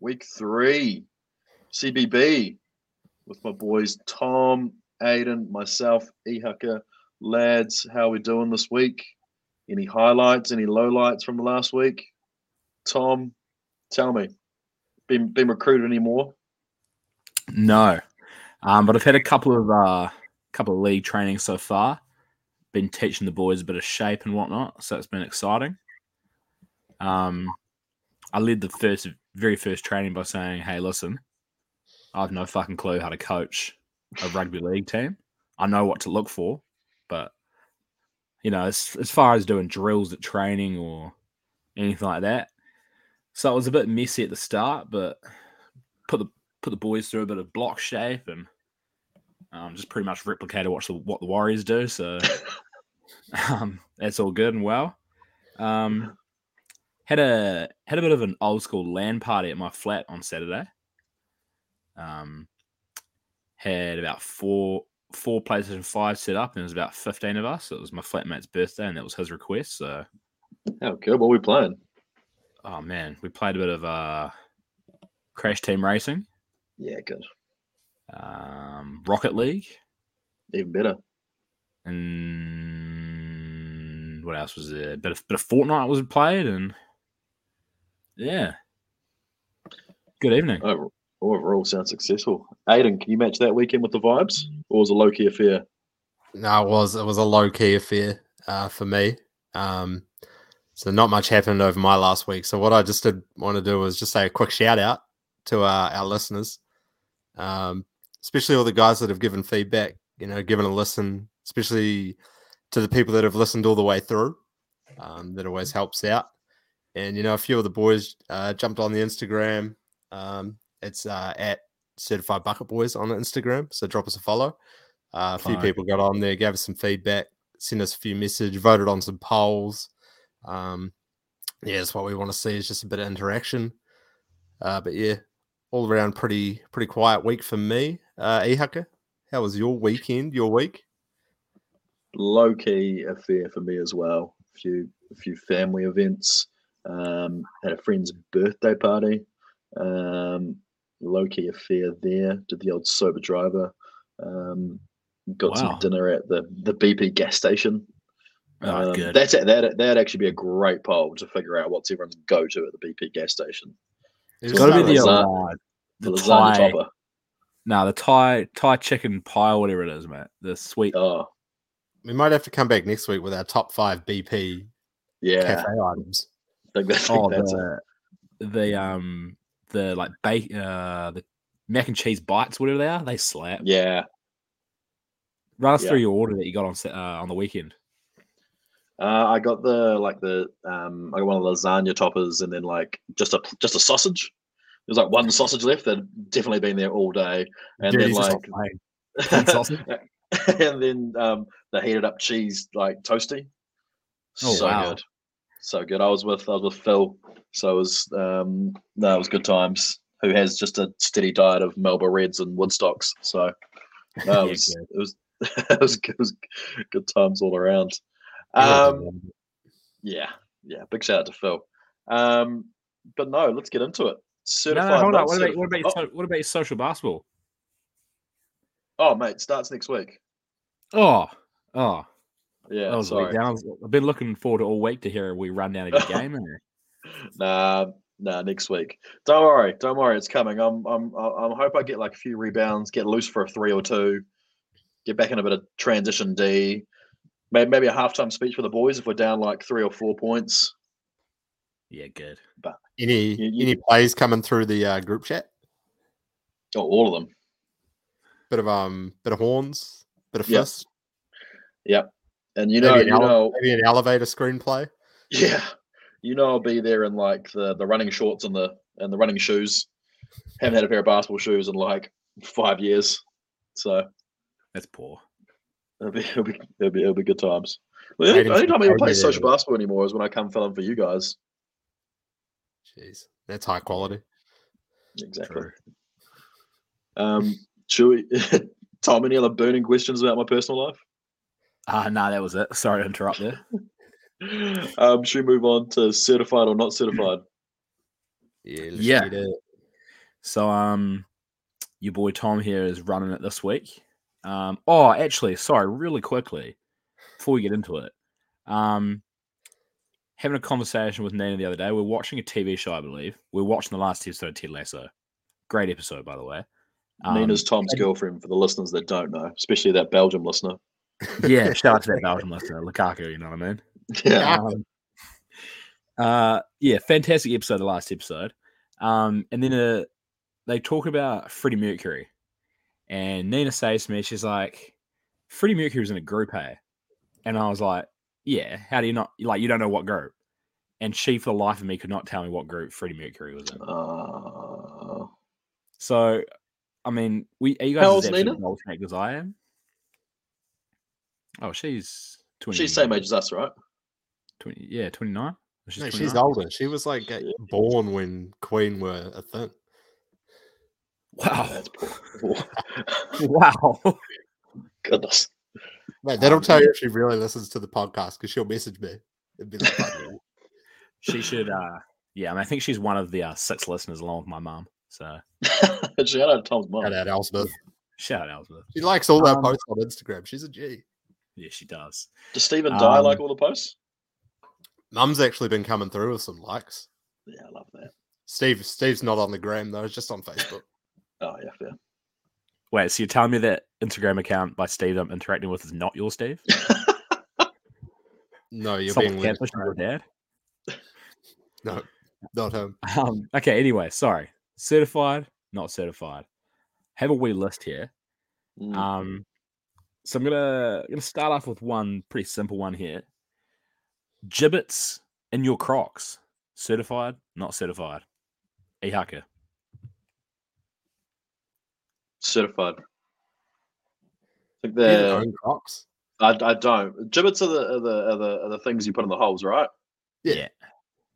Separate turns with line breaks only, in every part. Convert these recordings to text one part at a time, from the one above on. week three, CBB, with my boys Tom, Aiden, myself, Ehucker. Lads, how we doing this week? Any highlights, any lowlights from last week? Tom, tell me. Been been recruited anymore?
No, um, but I've had a couple of uh, couple of league trainings so far. Been teaching the boys a bit of shape and whatnot, so it's been exciting. Um, I led the first very first training by saying, "Hey, listen, I have no fucking clue how to coach a rugby league team. I know what to look for, but you know, as as far as doing drills at training or anything like that, so it was a bit messy at the start, but put the put the boys through a bit of block shape and um, just pretty much replicated what the, what the Warriors do. So um, that's all good and well. Um, had a had a bit of an old school land party at my flat on Saturday. Um, had about four four PlayStation Five set up, and there was about fifteen of us. It was my flatmate's birthday, and that was his request. So,
Oh, good. What we playing?
oh man, we played a bit of uh, Crash Team Racing,
Yeah, good.
um, Rocket League,
Even better.
and what else was there? Bit of bit of Fortnite was played, and yeah, good evening.
Overall, overall sounds successful. Aiden, can you match that weekend with the vibes? Or was it a low key affair?
No, it was it was a low key affair uh, for me. Um, so not much happened over my last week. So what I just did want to do was just say a quick shout out to our, our listeners, um, especially all the guys that have given feedback. You know, given a listen, especially to the people that have listened all the way through. Um, that always helps out. And you know, a few of the boys uh, jumped on the Instagram. Um, it's uh, at Certified Bucket Boys on Instagram. So drop us a follow. Uh, a few
Fine.
people got on there, gave us some feedback, sent us a few message, voted on some polls. Um, yeah, that's what we want to see is just a bit of interaction. Uh, but yeah, all around pretty pretty quiet week for me. Uh, Ehucker, how was your weekend? Your week?
low key affair for me as well. A few a few family events. Um, had a friend's birthday party. Um, low key affair there. Did the old sober driver. Um, got
Wow.
some dinner at the the BP gas station.
Oh,
Um,
good.
That's that that that'd actually be a great poll to figure out what's everyone's go to at the BP gas station. It's
It was
Got to be the
something-
Lasagna.
old, uh, the
lasagna
Thai,
topper.
nah, the Thai Thai chicken pie, or whatever it is, mate. The sweet.
Oh
we might have to come back next week with our top five BP
yeah,
cafe items.
I think, that- I think
Oh,
that's it.
the, the um the like bake uh the mac and cheese bites, whatever they are, they slap.
Yeah.
Run us
Yeah.
through your order that you got on Sa- uh, on the weekend.
Uh, I got the like the um, I got one of the lasagna toppers, and then like just a just a sausage. There's like one sausage left that had definitely been there all day, and then
Dirty
like
Pink sausage?
and then um, the heated up cheese like toasty.
Oh,
so
wow.
good, so good. I was with I was with Phil, so it was um, no, it was good times. Who has just a steady diet of Melba Reds and Woodstocks? So no,
Yeah,
it, was, it was it was good- it was good times all around. Um,
Um,
yeah, yeah. Big shout out to Phil. Um, but no, let's get into it.
no,
Certified.
no, hold on.
not
What about what about, your,
certified-
so- what about your social basketball?
oh, oh, mate, starts next week.
Oh, oh,
Yeah,
that was a week
sorry.
down. I was- I've been looking forward to all week to hear we run down of your game. and-
Nah, nah, next week. Don't worry, don't worry. It's coming. I'm, I'm, I I hope I get like a few rebounds, get loose for a three or two, get back in a bit of transition D. Maybe, maybe a halftime speech for the boys if we're down like three or four points.
Yeah, good.
any
you- you-
any plays coming through the uh, group chat?
Oh, all of them.
Bit of um, bit of horns, bit of
Yep.
fists.
And you know,
maybe,
you
an ele-
know,
maybe an elevator screenplay.
Yeah, you know I'll be there in like the the running shorts and the and the running shoes. Haven't had a pair of basketball shoes in like five years, so
That's poor.
it'll be it'll be it'll be, it'll be good times. The only,
Aiden
only
should
time I even
pay
play
you
social
to-
basketball anymore is when I come fill in for you guys.
Jeez, that's high quality.
Exactly. Um, should we, Tom, any other burning questions about my personal life?
Ah, no, that was it. Sorry to interrupt there.
Um, should we move on to certified or not certified?
Yeah,
Yeah.
get it.
So um, your boy Tom here is running it this week. Um, oh, actually, sorry, really quickly before we get into it, um, having a conversation with Nina the other day. We're watching a TV show, I believe. We're watching the last episode of Ted Lasso. Great episode, by the way. Um,
Nina's Tom's girlfriend for the listeners that don't know, especially that Belgium listener.
yeah, shout out to that Belgian listener, Lukaku. You know what I mean?
Yeah.
Um, uh, yeah, fantastic episode, the last episode. Um, and then uh, they talk about Freddie Mercury. And Nina says to me, she's like, Freddie Mercury was in a group, A," And I was like, yeah, how do you not, like, you don't know what group? And she, for the life of me, could not tell me what group Freddie Mercury was in.
Uh,
So, I mean, we are you guys
How
as
old's Nina?
absolute gold as I am? Oh, she's 20.
she's same age as us, right?
20, yeah, 29. She's,
No, she's
29.
older. She was like uh, born when Queen were a thing.
Wow. Oh.
That's poor.
Wow.
Goodness. Oh,
Mate, that'll tell you if she really listens to the podcast because she'll message me. It'd be like, "Fuck you."
she should uh yeah, I, mean, I think she's one of the uh, six listeners along with my mom. So
Shout out to Tom's mum.
shout out Al Smith.
shout out Elizabeth.
She likes all our
Um,
posts on Instagram. She's a G.
Yeah, she does.
Does Stephen die
Um,
like all the posts?
Mum's actually been coming through with some likes.
Yeah, I love that.
Steve Steve's not on the gram though, it's just on Facebook.
Oh yeah, fair.
Wait, so you're telling me that Instagram account by Steve I'm interacting with is not your Steve?
No, you're
Someone
being led
catfishing your
astray.
dad?
No, not him.
Um, okay, anyway, sorry. Certified, not certified. Have a wee list here.
Mm.
Um, so I'm gonna gonna start off with one pretty simple one here. Gibbets in your Crocs, certified, not certified. Ehaka.
Certified. I think
You have
they're.
your own Crocs.
I, I don't. Gibbets are the, are the are the are the things you put in the holes, right?
Yeah.
yeah.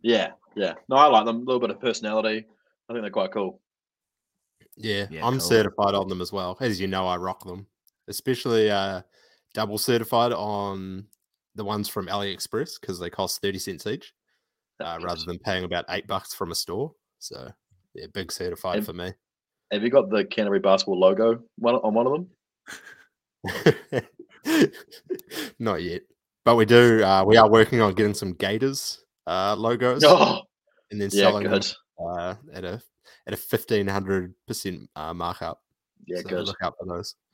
Yeah, yeah. No, I like them. A little bit of personality. I think they're quite cool.
Yeah,
Yeah,
I'm
cool.
certified on them as well. As you know, I rock them, especially uh, double certified on the ones from AliExpress because they cost 30 cents each uh, rather than paying about eight bucks from a store. So, yeah, big certified
And-
for me.
Have you got the Canterbury basketball logo one, on one of them?
Not yet, but we do. Uh, we are working on getting some Gators uh, logos
Oh,
and then
yeah,
selling them
good.
uh, at a at a fifteen hundred percent uh, markup.
Yeah,
so
good.
look out for those.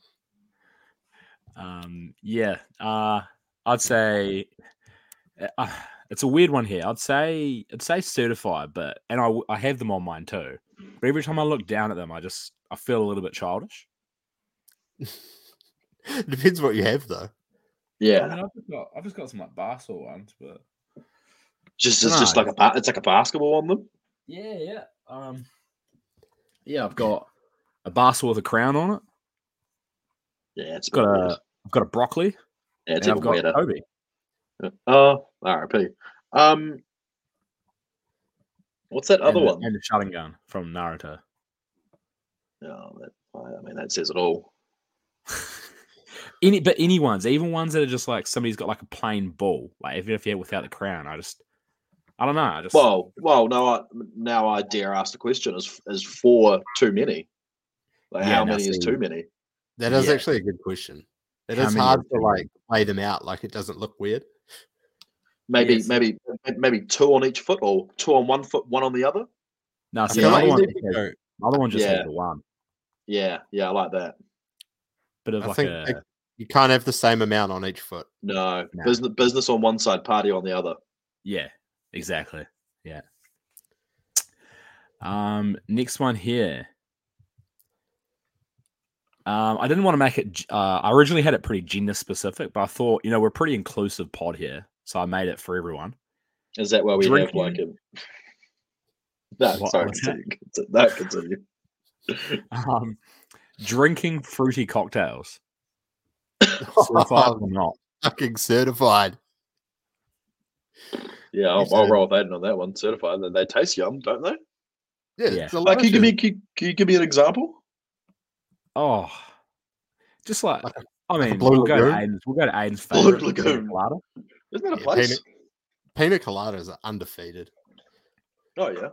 Um, yeah, uh, I'd say uh, uh, it's a weird one here. I'd say I'd say certified, but and I w- I have them on mine too. But every time I look down at them, I just I feel a little bit childish.
Depends what you have though.
Yeah,
I've just got I've just got some like basketball ones, but
just it's just
No.
like a ba- it's like a basketball on them.
yeah, yeah, um, yeah. I've got a basketball with a crown on it.
Yeah, it's a bit
Got
weird.
a I've got a broccoli,
yeah, it's
and I've
even
got
weirder.
Kobe.
Oh, R.I.P. Um, what's that other
and, a-
one?
and a shotgun gun from Naruto.
Oh, that, I mean, that says it all.
Any, but any ones, even ones that are just like somebody's got like a plain ball, like even if you're without the crown, I just, I don't know, I just,
Well, well, now I now I dare ask the question: Is is four too many? Like,
Yeah,
how
now
many is
see-
too many?
That is
Yeah.
actually a good question. It
How
is
many
hard
of
to
them?
like play them out. Like it doesn't look weird.
Maybe
Yes.
maybe maybe two on each foot, or two on one foot, one on the other.
no, see,
feel
the
like
other
you
one,
need
just
to
has-
go-
the other one just
Yeah.
has the one,
Yeah, yeah, I like that.
bit of
I
like
think
a,
like, you can't have the same amount on each foot.
No,
No.
business business on one side, party on the other.
yeah, exactly, yeah. Um, next one here. Um, I didn't want to make it. g- Uh, I originally had it pretty gender specific, but I thought you know we're a pretty inclusive pod here, so I made it for everyone.
Is that why we
Drinking-
have like a? No,
What-
sorry,
what's
continue,
that?
continue, no, continue.
Um, drinking fruity cocktails. certified or not.
Fucking certified.
Yeah, I'll,
Yes,
I'll
sir.
roll with Aiden on that one. Certified, and they taste yum, don't they?
Yeah,
Yeah.
it's a
Like, can you give
luxury.
me can, can you give me an example?
Oh, just like
Like
I
like a
mean,
Blue
we'll go, to
Lagoon?
Aiden's, we'll go to Aiden's
Blue
favorite Blue
Lagoon.
Colada.
Isn't that a
Yeah,
place?
Pina, Pina coladas are undefeated.
Oh yeah.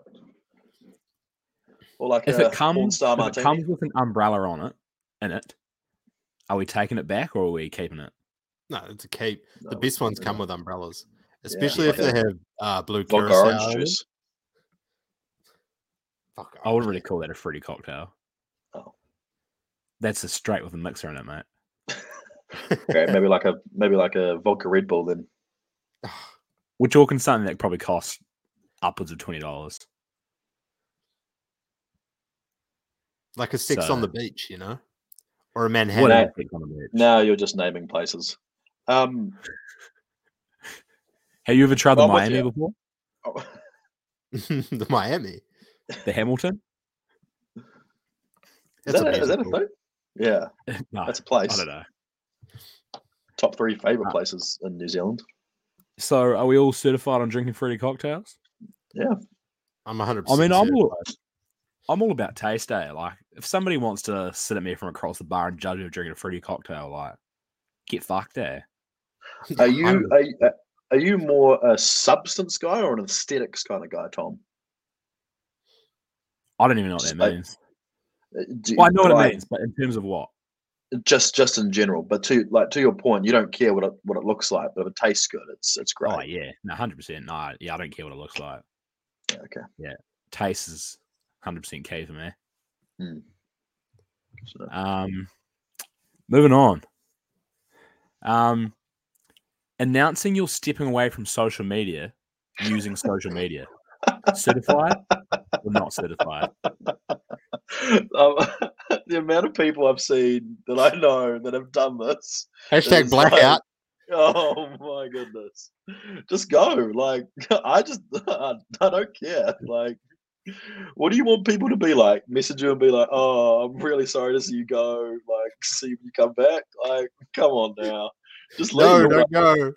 or like
If
a
it comes,
star
if
martini.
it comes with an umbrella on it, in it, are we taking it back or are we keeping it?
No, it's a keep.
No,
the best ones
no,
come
no.
with umbrellas, especially if
okay.
they have uh, blue
vodka
curacao.
orange juice.
Fuck,
I would really call that a fruity cocktail.
Oh.
That's a straight with a mixer in it, mate.
Okay, maybe like a maybe like a vodka Red Bull then.
We're talking something that probably costs upwards of twenty dollars.
like a six on
So-
the beach, you know, or a Manhattan.
What
no.
else is on the beach?
Now you're just naming places. Um,
Have you ever tried the
I'm with
Miami
you.
before?
oh,
the Miami.
The Hamilton?
is,
That's
that a, is that a
musical.
thing? Yeah,
No,
that's a
I
place.
don't know.
Top three favorite
Ah.
places in New Zealand.
So, are we all certified on drinking fruity cocktails?
I'm 100.
I mean, I'm all, I'm all about taste, eh? Like, if somebody wants to sit at me from across the bar and judge me of drinking a fruity cocktail, like, get fucked, eh?
Are you are, you- are you more a substance guy or an aesthetics kind of guy, Tom?
I don't even know what that
So-
means.
Uh, do-
Well, I know what it
like,
means, but in terms of what?
Just just in general, but to like to your point, you don't care what it what it looks like, but if it tastes good, it's it's great.
Oh, yeah, no, hundred percent. No, yeah, I don't care what it looks like.
Yeah, okay.
Taste is hundred percent key for me.
So,
Um, moving on. Um, announcing you're stepping away from social media using social media. Certified or not certified?
um, the amount of people I've seen that I know that have done this.
Hashtag
is
blackout.
Oh my goodness. Just go. Like I just I, don't care. Like what do you want people to be like? Message you and be like, "Oh, I'm really sorry to see you go. Like, see when you come back. Like, come on now, just leave.
No,
I'm like-
don't go.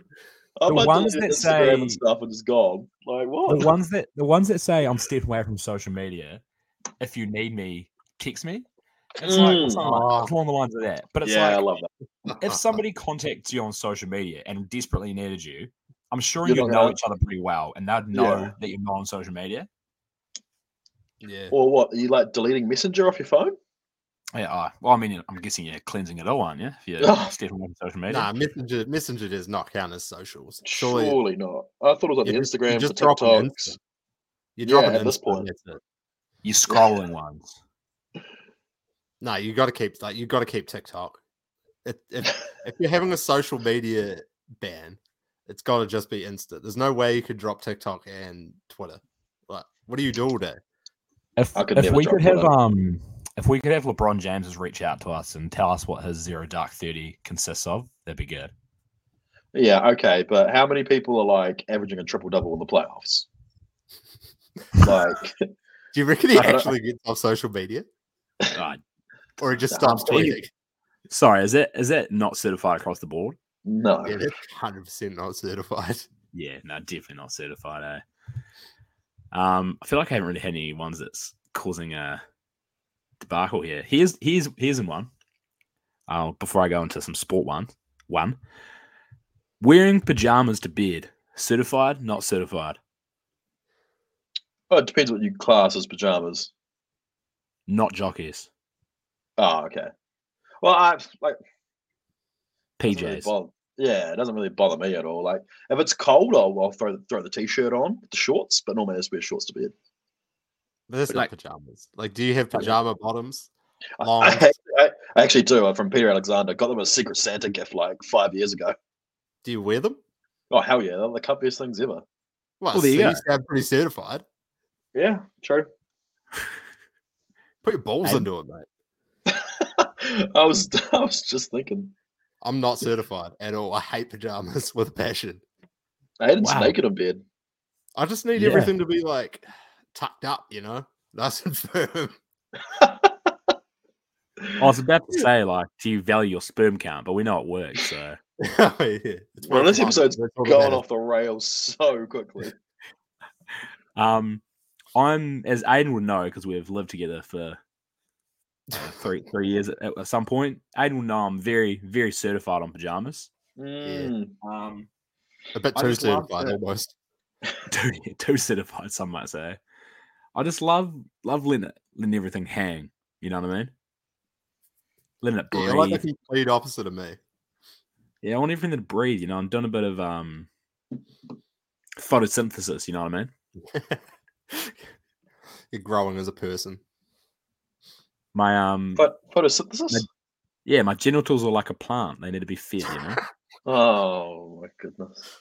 I'm
The
like
ones
deleting
that
Instagram and
say-
stuff and just gone. Like, what?
The ones that the ones that say I'm stepping away from social media. If you need me, text me. It's like,
Mm.
it's not like- it's along the lines of that. But it's
yeah, I
like
love that.
Oh,
if somebody contacts you on social media and desperately needed you, I'm sure
You're
you
not
know
gonna-
each other pretty well, and they'd know
Yeah.
that you're not on social media.
yeah,
Or what? Are you like deleting Messenger off your phone?
Yeah, uh, well, I mean, I'm guessing you're cleansing it all, aren't you? If you're
Oh.
stepping away from social media.
nah, messenger, messenger does not count as socials.
Surely,
Surely,
not. I thought it was like
You
the
just- you
Instagram
just
for
drop it in.
TikToks. Yeah,
you drop it
at
in
this
this
point.
point. That's it.
You're scrolling ones.
No, you got to keep like you got to keep TikTok. If, if if you're having a social media ban, it's got to just be instant. There's no way you could drop TikTok and Twitter. Like, what do you do all day?
If,
I could
if
never
we
drop
could have
one
um, if we could have LeBron James's reach out to us and tell us what his zero dark thirty consists of, that'd be good.
Yeah, okay, but how many people are like averaging a triple double in the playoffs? Like,
Do you reckon he
I don't-
actually gets off social media,
God.
or he just
Nah,
stops
I'm
tweeting?
Sorry, is that is that not certified across the board?
no.
Yeah, that's hundred percent not certified.
Yeah, no, definitely not certified. Eh? Um, I feel like I haven't really had any ones that's causing a debacle here. Here's here's here's one. Uh, before I go into some sport one, one wearing pajamas to bed, certified, not certified,
Well, it depends what you class as pajamas.
not jockeys,
Oh, okay. Well, I like doesn't really
PJs.
bother- yeah, it doesn't really bother me at all. Like, if it's cold, I'll, I'll throw throw the t-shirt on, the shorts, but normally I just wear shorts to bed.
But that's
Like-
not pajamas. Like, do you have
Like-
pajama bottoms?
I-
Long.
I, act- I, I actually do. I'm from Peter Alexander. Got them a Secret Santa gift like five years ago.
Do you wear them?
Oh hell yeah, they're the comfiest things ever.
Well,
Well, there you
see,
go.
you sound pretty certified.
Yeah, true.
Put your balls
And-
into it, mate.
I was I was just thinking.
I'm not certified at all. I hate pajamas with a passion.
Aiden's
Wow.
naked in bed.
I just need
Yeah.
everything to be like tucked up, you know, nice and firm.
I was about to say, like, do you value your sperm count? But we know it works. So
Oh, yeah, it's
Well,
worth
this
one.
episode's
That's all that
Going
matters.
off the rails so quickly.
Um, I'm as Aiden would know because we've lived together for uh, three three years at, at some point. Aiden will know I'm very very certified on pajamas.
Mm.
Um,
a bit
I
too
just love
certified
that-
almost.
too, too certified, some might say. I just love love letting it, letting everything hang. You know what I mean? Letting it breathe.
Yeah,
Yeah,
I like that he played opposite of me.
I want everything to breathe. You know, I'm doing a bit of um photosynthesis. You know what I mean?
You're growing as a person.
My um,
But photosynthesis.
yeah, my genitals are like a plant. They need to be fed. You know?
Oh my goodness.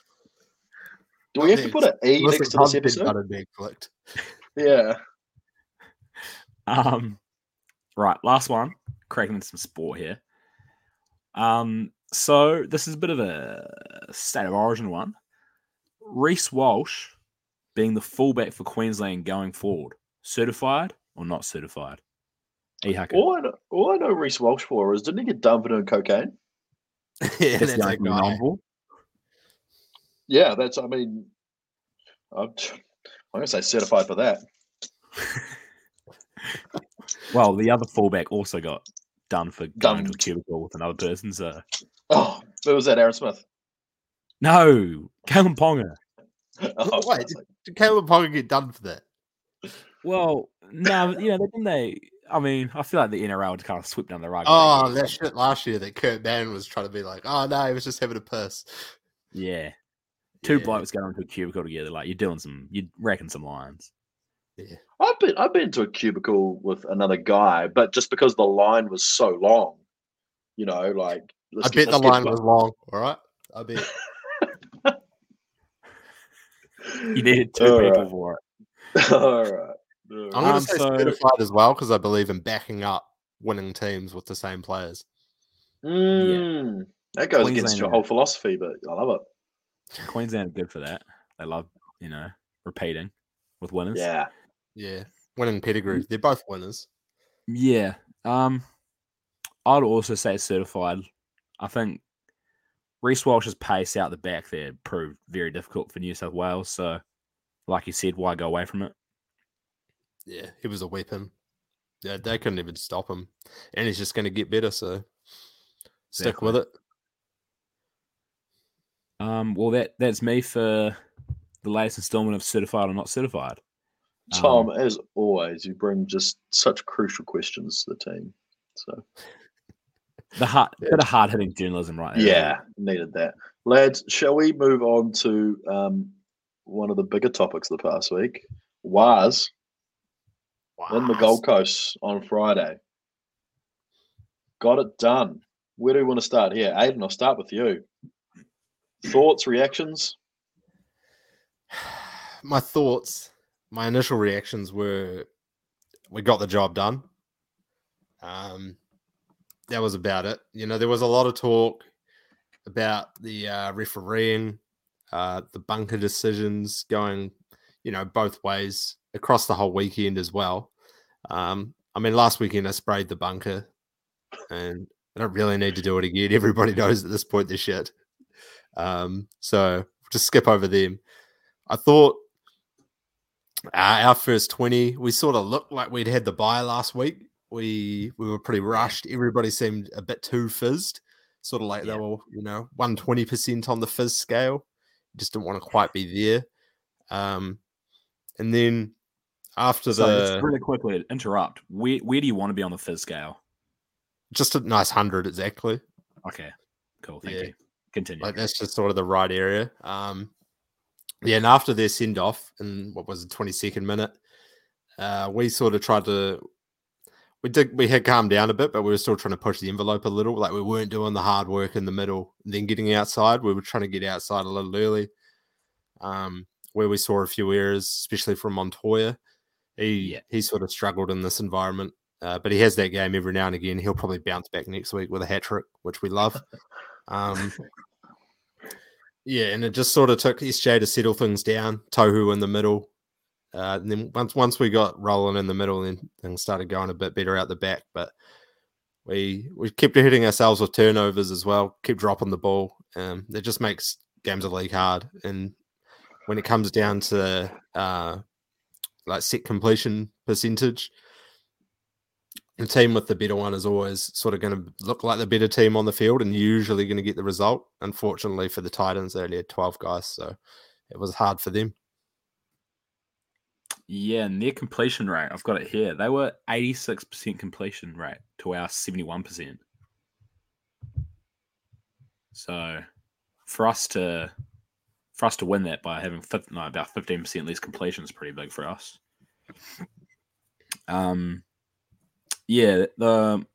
Do we have to put an E next to this
Hub's been
episode?
gutted being clicked.
Yeah.
Um, right, last one. Cracking into some sport here. Um, so this is a bit of a state of origin one. Reese Walsh being the fullback for Queensland going forward, certified or not certified? E Hucker.
All I know, all I know Reese Walsh for is didn't he get done for doing cocaine?
yeah,
That's
that's
the
that
only
guy.
novel.
Yeah, that's. I mean, I'm, t- I'm gonna say certified for that.
Well, the other fullback also got done for going into a
Dumped.
cubicle with another person. So
Oh, who was that? Aaron Smith.
no, Kalen Ponga.
Oh,
Wait, Did Caleb Ponga get done for that?
Well, no, you know, didn't they? I mean, I feel like the NRL kind of swept under the rug.
Oh, that shit last year that Kurt Mann was trying to be like, oh no, he was just having a piss.
Yeah. Two
Yeah.
blokes going into a cubicle together, like you're doing some, you're racking some lines.
I've been I've been to a cubicle with another guy, but just because the line was so long, you know, like
I
let's
bet
get-
the
let's get
line
bu-
was long. All right, I bet.
You needed two
All
people
right.
for it.
All right. All right.
I'm going to
Um,
say
so-
certified as well because I believe in backing up winning teams with the same players.
Mm, That goes against your
Queenslander.
whole philosophy, but I love it.
Queensland are good for that. They love, you know, repeating with winners.
Yeah.
Yeah, winning pedigree. They're both winners.
Yeah. Um, I'd also say certified. I think Reese Walsh's pace out the back there proved very difficult for New South Wales. So, like you said, why go away from it?
Yeah, he was a weapon. Yeah, they couldn't even stop him, and he's just going to get better. So stick
Exactly.
with it.
Um, well, that that's me for the latest installment of Certified or Not Certified. Um,
Tom, as always, you bring just such crucial questions to the team. So
The hard, bit of hard hitting journalism, right? there,
yeah, needed that. Lads, shall we move on to um, one of the bigger topics of the past week? Was on the
Wow.
Gold Coast on Friday. Got it done. Where do we want to start here? Aiden, I'll start with you. Thoughts, reactions?
my thoughts, my initial reactions were, we got the job done. Um, that was about it. You know, there was a lot of talk about the uh, refereeing, uh, the bunker decisions going, you know, both ways across the whole weekend as well. Um, I mean, last weekend I sprayed the bunker, and I don't really need to do it again. Everybody knows at this point they're shit. Um, so just skip over them. I thought uh, our first 20, we sort of looked like we'd had the buy last week. We we were pretty rushed. Everybody seemed a bit too fizzed, sort of like
Yeah.
they were, you know, 120% on the fizz scale. Just didn't want to quite be there. Um, and then after
So
the
just really quickly to interrupt. Where where do you want to be on the fizz scale?
just a nice 100 exactly.
Okay, cool. Thank
Yeah.
you. Continue.
Like that's just sort of the right area. Um, yeah, and after their send off in what was the 22nd minute, uh, we sort of tried to. We did. We had calmed down a bit, but we were still trying to push the envelope a little. Like we weren't doing the hard work in the middle, then getting outside. We were trying to get outside a little early, um, where we saw a few errors, especially from Montoya. He
Yeah.
he sort of struggled in this environment, uh, but he has that game every now and again. He'll probably bounce back next week with a hat trick, which we love. Um, yeah, and it just sort of took SJ to settle things down. Tohu in the middle, uh, and then once once we got rolling in the middle, then things started going a bit better out the back. But we we kept hitting ourselves with turnovers as well. Kept dropping the ball. Um, it just makes games of league hard. And when it comes down to uh, like set completion percentage, the team with the better one is always sort of going to look like the better team on the field and usually going to get the result. Unfortunately for the Titans, they only had twelve guys, so it was hard for them.
Yeah, and their completion rate, I've got it here. They were 86% completion rate to our 71%. So for us to for us to win that by having fif- no, about 15% less completion is pretty big for us. Um yeah, the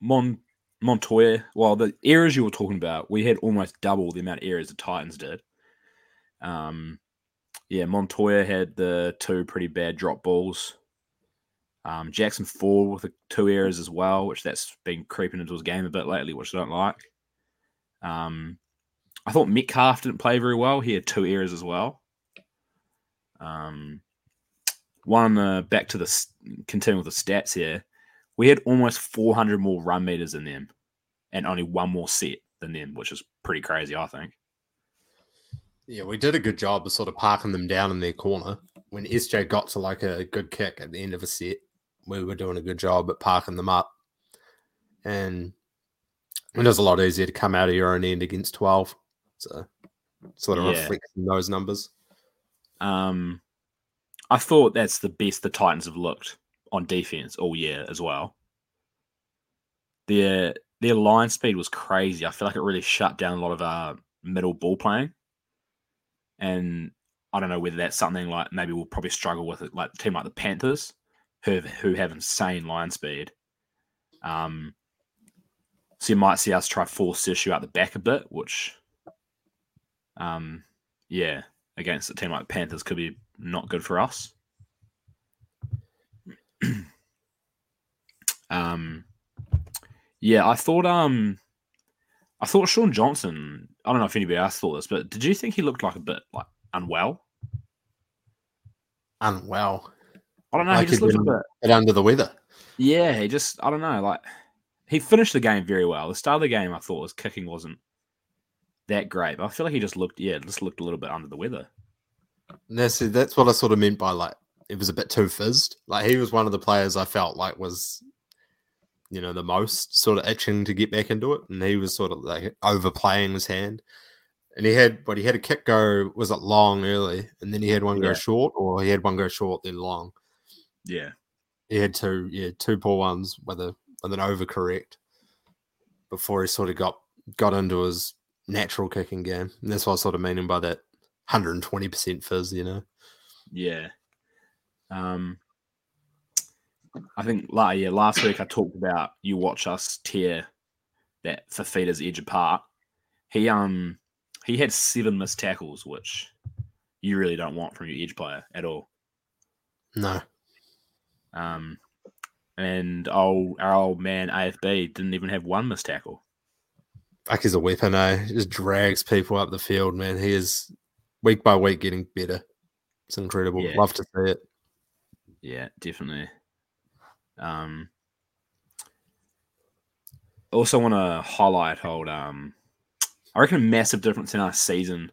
Mon Montoya, well, the errors you were talking about, we had almost double the amount of errors the Titans did. Um, yeah, Montoya had the two pretty bad drop balls. Um, Jackson Ford with the two errors as well, which that's been creeping into his game a bit lately, which I don't like. Um, I thought Metcalf didn't play very well. He had two errors as well. Um, one uh, back to the s- continuing with the stats here, we had almost 400 more run meters than them, and only one more set than them, which is pretty crazy, I think.
Yeah, we did a good job of sort of parking them down in their corner. When SJ got to like a good kick at the end of a set, we were doing a good job at parking them up. And it was a lot easier to come out of your own end against 12. So sort of
Yeah.
reflecting those numbers.
Um, I thought that's the best the Titans have looked on defense all year as well. Their their line speed was crazy. I feel like it really shut down a lot of our middle ball playing, and I don't know whether that's something like maybe we'll probably struggle with it, like a team like the Panthers, who who have insane line speed. Um, so you might see us try force the issue out the back a bit, which, um, yeah, against a team like the Panthers could be not good for us. um, yeah, I thought um, I thought Sean Johnson. I don't know if anybody else thought this, but did you think he looked like a bit like unwell?
Unwell.
I don't know. he
Like
just
he'd
looked a
been-
bit.
Bit under the weather.
Yeah, he just. I don't know. Like he finished the game very well. The start of the game, I thought his kicking wasn't that great, but I feel like he just looked. Yeah, just looked a little bit under the weather.
No, see, that's what I sort of meant by like it was a bit too fizzed. Like he was one of the players I felt like was, you know, the most sort of itching to get back into it, and he was sort of like overplaying his hand. And he had, but he had a kick go was it long early, and then he had one go
Yeah.
short, or he had one go short then long.
Yeah.
He had two, yeah, two poor ones with a with an overcorrect before he sort of got got into his natural kicking game. And that's what I was sort of meaning by that 120 percent fizz, you know.
Yeah. Um, I think like yeah, last week I talked about you watch us tear that Fafita's edge apart. He um he had seven missed tackles, which you really don't want from your edge player at all.
No.
Um, and old, our old man AFB didn't even have one missed tackle.
Fuck, he's a weapon, eh? He just drags people up the field, man. He is week by week getting better. It's incredible.
Yeah.
Love to see it.
Yeah, definitely. Um, also want to highlight old. Um, I reckon a massive difference in our season.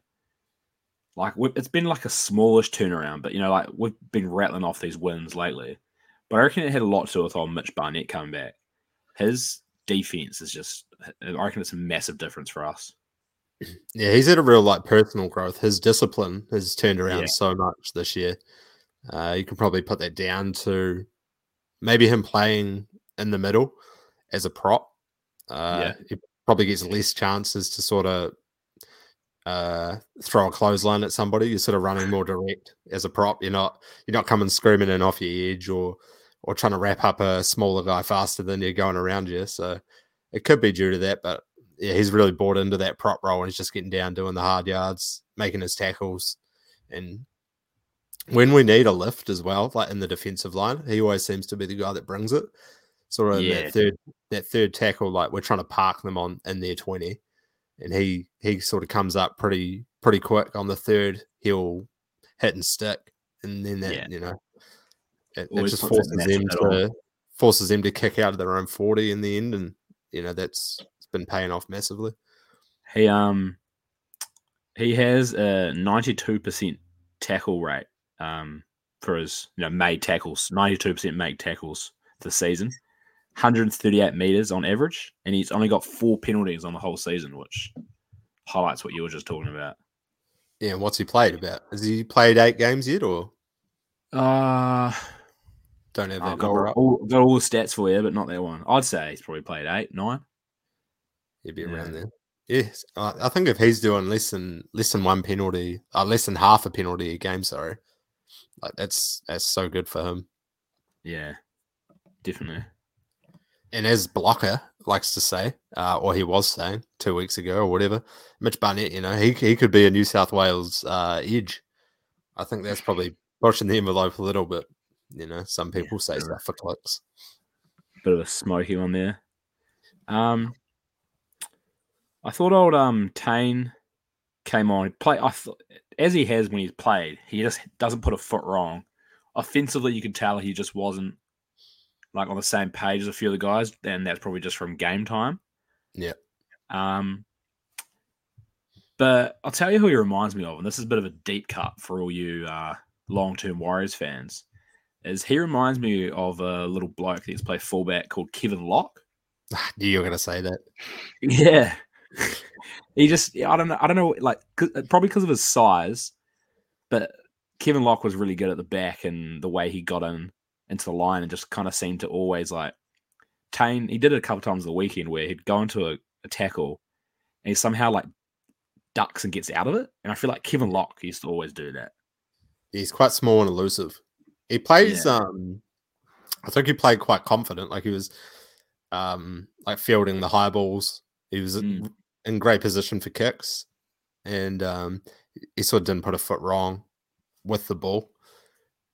Like we- it's been like a smallish turnaround, but you know, like we've been rattling off these wins lately. But I reckon it had a lot to do with old Mitch Barnett coming back. His defense is just. I reckon it's a massive difference for us.
Yeah, he's had a real like personal growth. His discipline has turned around
Yeah.
so much this year. Uh, you can probably put that down to maybe him playing in the middle as a prop. Uh, He probably gets less chances to sort of uh, throw a clothesline at somebody. You're sort of running more direct as a prop. You're not you're not coming screaming in off your edge or or trying to wrap up a smaller guy faster than you're going around you. So it could be due to that, but yeah, he's really bought into that prop role and he's just getting down, doing the hard yards, making his tackles, and when we need a lift as well, like in the defensive line, he always seems to be the guy that brings it. Sort of in
Yeah.
that third that third tackle, like we're trying to park them on in their twenty, and he he sort of comes up pretty pretty quick on the third. He'll hit and stick, and then that
Yeah.
you know it, it
Always
just
puts that
forces
matchup
them
at all.
to forces them to kick out of their own forty in the end, and you know that's it's been paying off massively.
He um he has a ninety two percent tackle rate um for his you know made tackles, ninety two percent made tackles this season, hundred and thirty eight meters on average, and he's only got four penalties on the whole season, which highlights what you were just talking about.
Yeah, and what's he played about? Has he played eight games yet, or
Uh,
Don't have
I'll
that
Oh, go
number up.
all, got all the stats for you, but not that one. I'd say he's probably played eight, nine.
He'd be
Yeah.
around there. Yes, I I think if he's doing less than less than one penalty, uh, less than half a penalty a game, sorry, like that's that's so good for him.
Yeah, definitely.
And as Blocker likes to say, uh, or he was saying two weeks ago or whatever, Mitch Barnett, you know, he he could be a New South Wales uh, edge. I think that's probably pushing the envelope a little bit. You know, some people say stuff for clicks.
Bit of a smoky one there. Um, I thought old um Tane came on. Play I thought as he has when he's played, he just doesn't put a foot wrong. Offensively, you could tell he just wasn't like on the same page as a few of the guys, and that's probably just from game time.
Yeah.
Um, but I'll tell you who he reminds me of, and this is a bit of a deep cut for all you uh, long-term Warriors fans. Is he reminds me of a little bloke that used to play fullback called Kevin Locke.
I knew you were going to say that.
Yeah. he just I don't know I don't know like 'cause- uh, probably because of his size, but Kevin Locke was really good at the back and the way he got in into the line and just kind of seemed to always like Tane. He did it a couple times the weekend where he'd go into a, a tackle and he somehow like ducks and gets out of it. And I feel like Kevin Locke used to always do that.
He's quite small and elusive. He plays um I think he played quite confident. Like he was um like fielding the high balls. He was
Mm.
in great position for kicks. And um he sort of didn't put a foot wrong with the ball.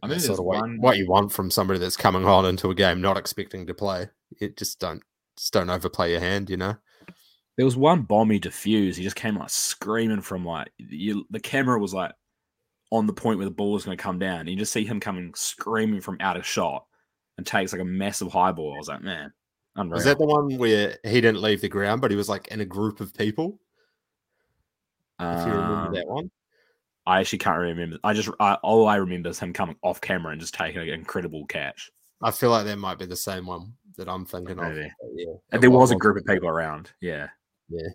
I
That's
mean,
sort of what, what you want from somebody that's coming on into a game not expecting to play. It just don't just don't overplay your hand, you know.
There was one bomb he defused. He just came like screaming from like you, the camera was like on the point where the ball was going to come down. You just see him coming screaming from out of shot and takes like a massive high ball. I was like, man, unreal.
Was that the one where he didn't leave the ground, but he was like in a group of people? If you
Um,
remember that one.
I actually can't remember. I just I, all I remember is him coming off camera and just taking an incredible catch.
I feel like that might be the same one that I'm thinking of.
Maybe.
but Yeah,
And
it
there
wa-
was a
wasn't
group of
it?
people around. Yeah.
Yeah.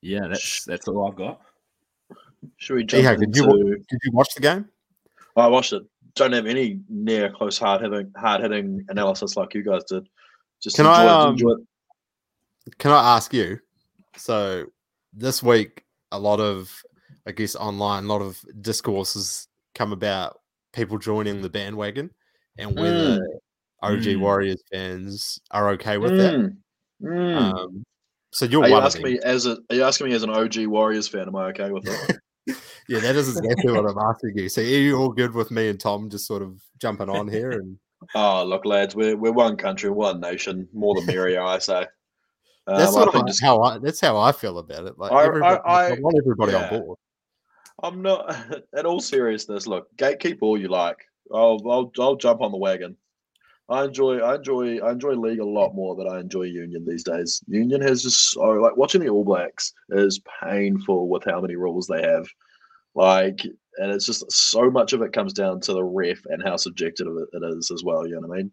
Yeah, that's that's all I've got.
Should we jump
Hag, did you
into?
wa- Did you watch the game?
I watched it. Don't have any near close hard hitting hard hitting analysis like you guys did. Just
Can
enjoy,
I,
it,
um,
enjoy it.
Can I ask you? So this week, a lot of, I guess, online, a lot of discourses come about people joining the bandwagon and whether OG
Mm.
Warriors fans are okay with
Mm. Mm.
that.
Hmm.
Um, so you're
Are you
one of
asking
them.
me as a are you asking me as an OG Warriors fan? Am I okay with it?
Yeah, that is exactly what I'm asking you. So are you all good with me and Tom just sort of jumping on here and
oh look, lads, we're we're one country, one nation, more the merrier, I say. Um,
That's
I
sort of
think just-
how I. That's how I feel about it. Like
I- I-
everybody, I,
I-
want everybody
yeah.
on board.
I'm not in all seriousness, look, gatekeep all you like. I'll I'll I'll jump on the wagon. I enjoy I enjoy I enjoy league a lot more than I enjoy Union these days. Union has just so like watching the All Blacks is painful with how many rules they have. Like and it's just so much of it comes down to the ref and how subjective it it is as well, you know what I mean?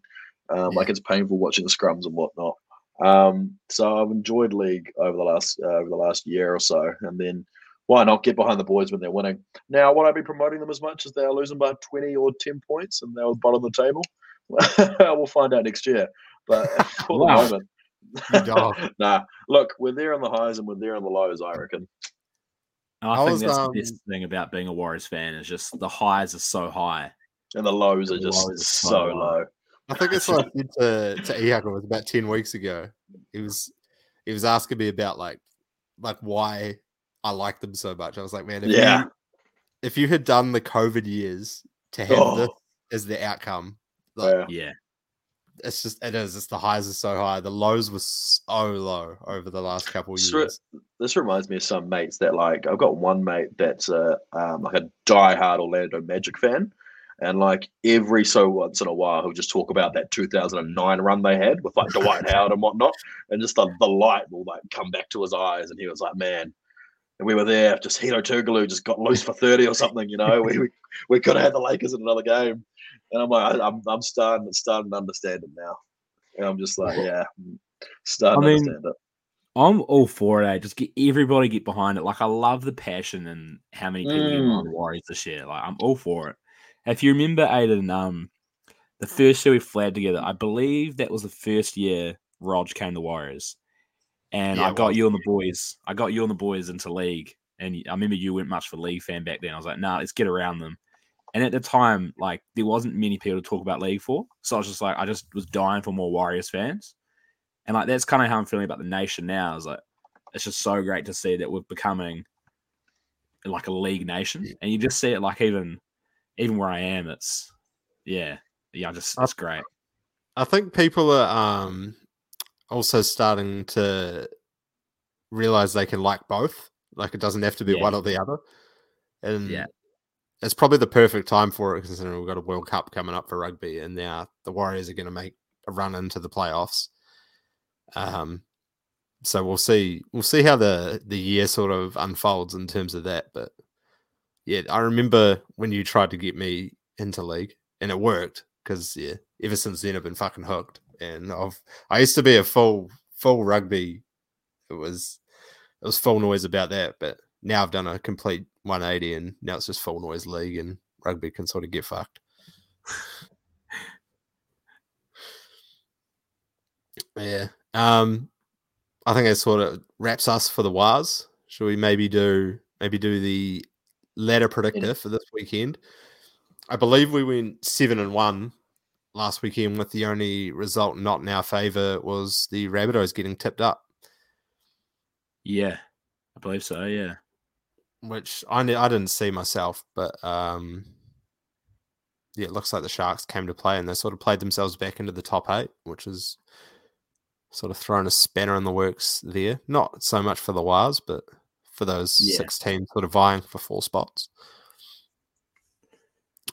Um,
Yeah.
like it's painful watching the scrums and whatnot. Um, so I've enjoyed league over the last uh, over the last year or so, and then why not get behind the boys when they're winning? Now, would I be promoting them as much as they are losing by twenty or ten points and they were bottom of the table? we'll find out next year. But for the
Wow.
You
moment,
dog.
nah. Look, we're there on the highs and we're there on the lows. I reckon.
And I,
I
think
was,
that's
um,
the best thing about being a Warriors fan is just the highs are so high.
And the lows are
The
just
lows are so
so
low.
low.
I think that's what I did to to Iago. It was about ten weeks ago. He was he was asking me about like like why I like them so much. I was like, man, if
Yeah.
you, if you had done the COVID years to have
Oh.
this as the outcome, like
Yeah.
Yeah.
it's just it is. It's the highs are so high. The lows were so low over the last couple of
Sure.
years.
this reminds me of some mates that like I've got one mate that's a um, like a diehard Orlando Magic fan, and like every so once in a while he'll just talk about that 2009 run they had with like Dwight Howard and whatnot, and just the, the light will like come back to his eyes, and he was like, man. And we were there, just Hito Turgaloo just got loose for 30 or something, you know. We, we, we could have had the Lakers in another game. And I'm like, I, I'm, I'm starting, starting to understand it now. And I'm just like, yeah, starting
I mean,
to understand it.
I'm all for it. Eh? Just get everybody get behind it. Like I love the passion and how many people you
Mm.
want the Warriors this year. Like I'm all for it. If you remember, Aiden, um, the first year we flagged together, I believe that was the first year Rog came to Warriors, and
Yeah,
I
it
got
was.
you and the boys. I got you and the boys into league, and I remember you weren't much for league fan back then. I was like, nah, let's get around them. And at the time, like there wasn't many people to talk about league for, so I was just like, I just was dying for more Warriors fans. And like that's kind of how I'm feeling about the nation now. Is like it's just so great to see that we're becoming like a league nation, and you just see it like even even where I am, it's yeah, yeah, I just it's great.
I think people are um, also starting to realize they can like both. Like it doesn't have to be
Yeah.
one or the other. And
Yeah.
it's probably the perfect time for it considering we've got a World Cup coming up for rugby and now the Warriors are going to make a run into the playoffs. Um, so we'll see. We'll see how the the year sort of unfolds in terms of that. But yeah, I remember when you tried to get me into league and it worked because yeah, ever since then I've been fucking hooked. And I've I used to be a full full rugby. It was it was full noise about that, but now I've done a complete 180, and now it's just full noise league, and rugby can sort of get fucked. yeah. Um, I think that sort of wraps us for the Wars. Should we maybe do maybe do the ladder predictor for this weekend? I believe we went seven and one last weekend with the only result not in our favour was the Rabbitohs getting tipped up,
Yeah, I believe so. Yeah,
which I ne- I didn't see myself, but um, yeah, it looks like the Sharks came to play and they sort of played themselves back into the top eight, which is sort of thrown a spanner in the works there. Not so much for the Wires, but for those
Yeah.
six teams sort of vying for four spots.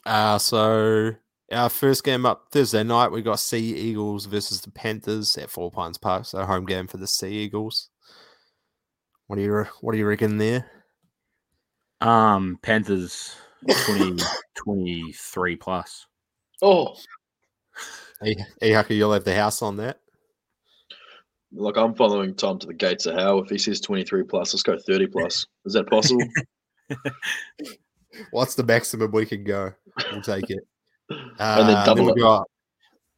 Uh, so our first game up Thursday night, we got Sea Eagles versus the Panthers at Four Pines Park. So home game for the Sea Eagles. What do you re- what do you reckon there?
um, Panthers 20, 23 plus.
Oh,
E- Ehaka, you'll have the house on that.
look, I'm following Tom to the gates of hell. If he says 23 plus, let's go 30 plus. Is that possible?
What's the maximum we can go? We'll take it. Uh,
And then double
we
it.
got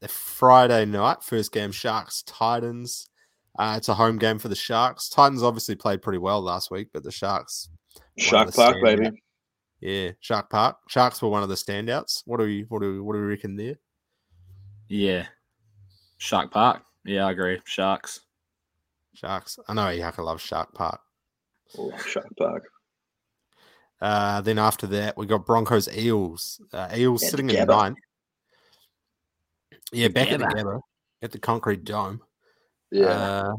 the Friday night first game Sharks Titans. Uh, it's a home game for the Sharks. Titans obviously played pretty well last week, but the Sharks,
Shark
the
Park,
standout.
baby.
yeah, Shark Park Sharks were one of the standouts. What do you what do what do we reckon there?
Yeah, Shark Park. Yeah, I agree. Sharks.
Sharks. I know Ehaka loves Shark Park.
Oh, Shark Park.
Uh, then after that, we got Broncos Eels. Uh,
At
Eels
the
sitting in
Gabba.
ninth. Yeah, back at the Gabba, at the Concrete Dome.
Yeah.
Uh,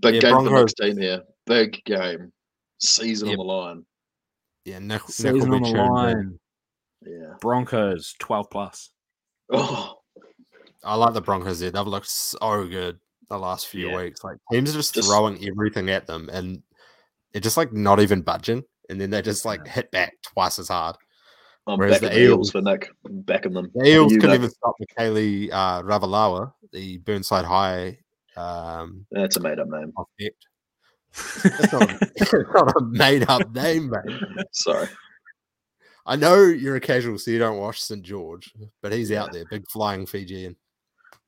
Big
yeah,
game for the
Broncos.
next team here. Big game. Season
Yep.
on the line.
yeah, Nick, Nick
Season
will
on
be
the
tuned in.
line.
Yeah.
Broncos twelve plus.
Oh,
I like the Broncos there. They've looked so good the last few
Yeah.
weeks. Like teams are just,
Just-
throwing everything at them, and they're just like not even budging. And then they just like hit back twice as hard.
I'm
Where's
backing
the
the
Eels?
Eels for Nick. I'm backing them.
The Eels
You
couldn't
know.
even stop Mikhaili uh, Ravalawa, the Burnside High um,
That's a made up name.
prospect. That's not, a- that's not a made up name, mate.
Sorry.
I know you're a casual, so you don't watch St. George, but he's out there, big flying Fijian.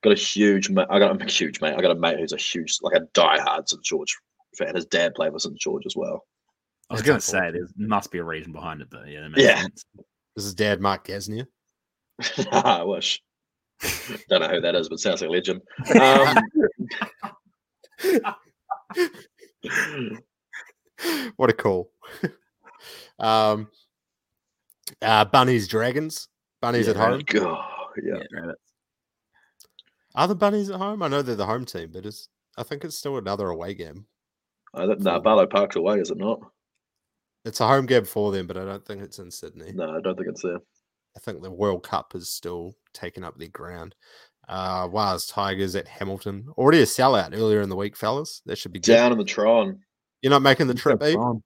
Got a huge mate. I got a huge mate. I got a mate who's a huge, like a diehard St. George fan. His dad played for St. George as well.
I was
That's
gonna say
unfortunate.
there must be a reason behind it, but yeah, that makes
Yeah.
sense.
This is dad, Mark Gasnier.
Ah, I wish. Don't know who that is, but sounds like a legend. Um,
what a call. um, uh, Bunnies, Dragons. Bunnies
Yeah,
at home.
Oh, God, yeah.
Yeah, right.
Are the Bunnies at home? I know they're the home team, but it's, I think it's still another away game.
I don't, nah, Barlow Park's away, is it not?
It's a home game for them, but I don't think it's in Sydney.
No, I don't think it's there.
I think the World Cup is still taking up their ground. Uh, Waz Tigers at Hamilton. Already a sellout earlier in the week, fellas. That should be good.
Down in the Tron.
You're not making the trip, eh?
Fun.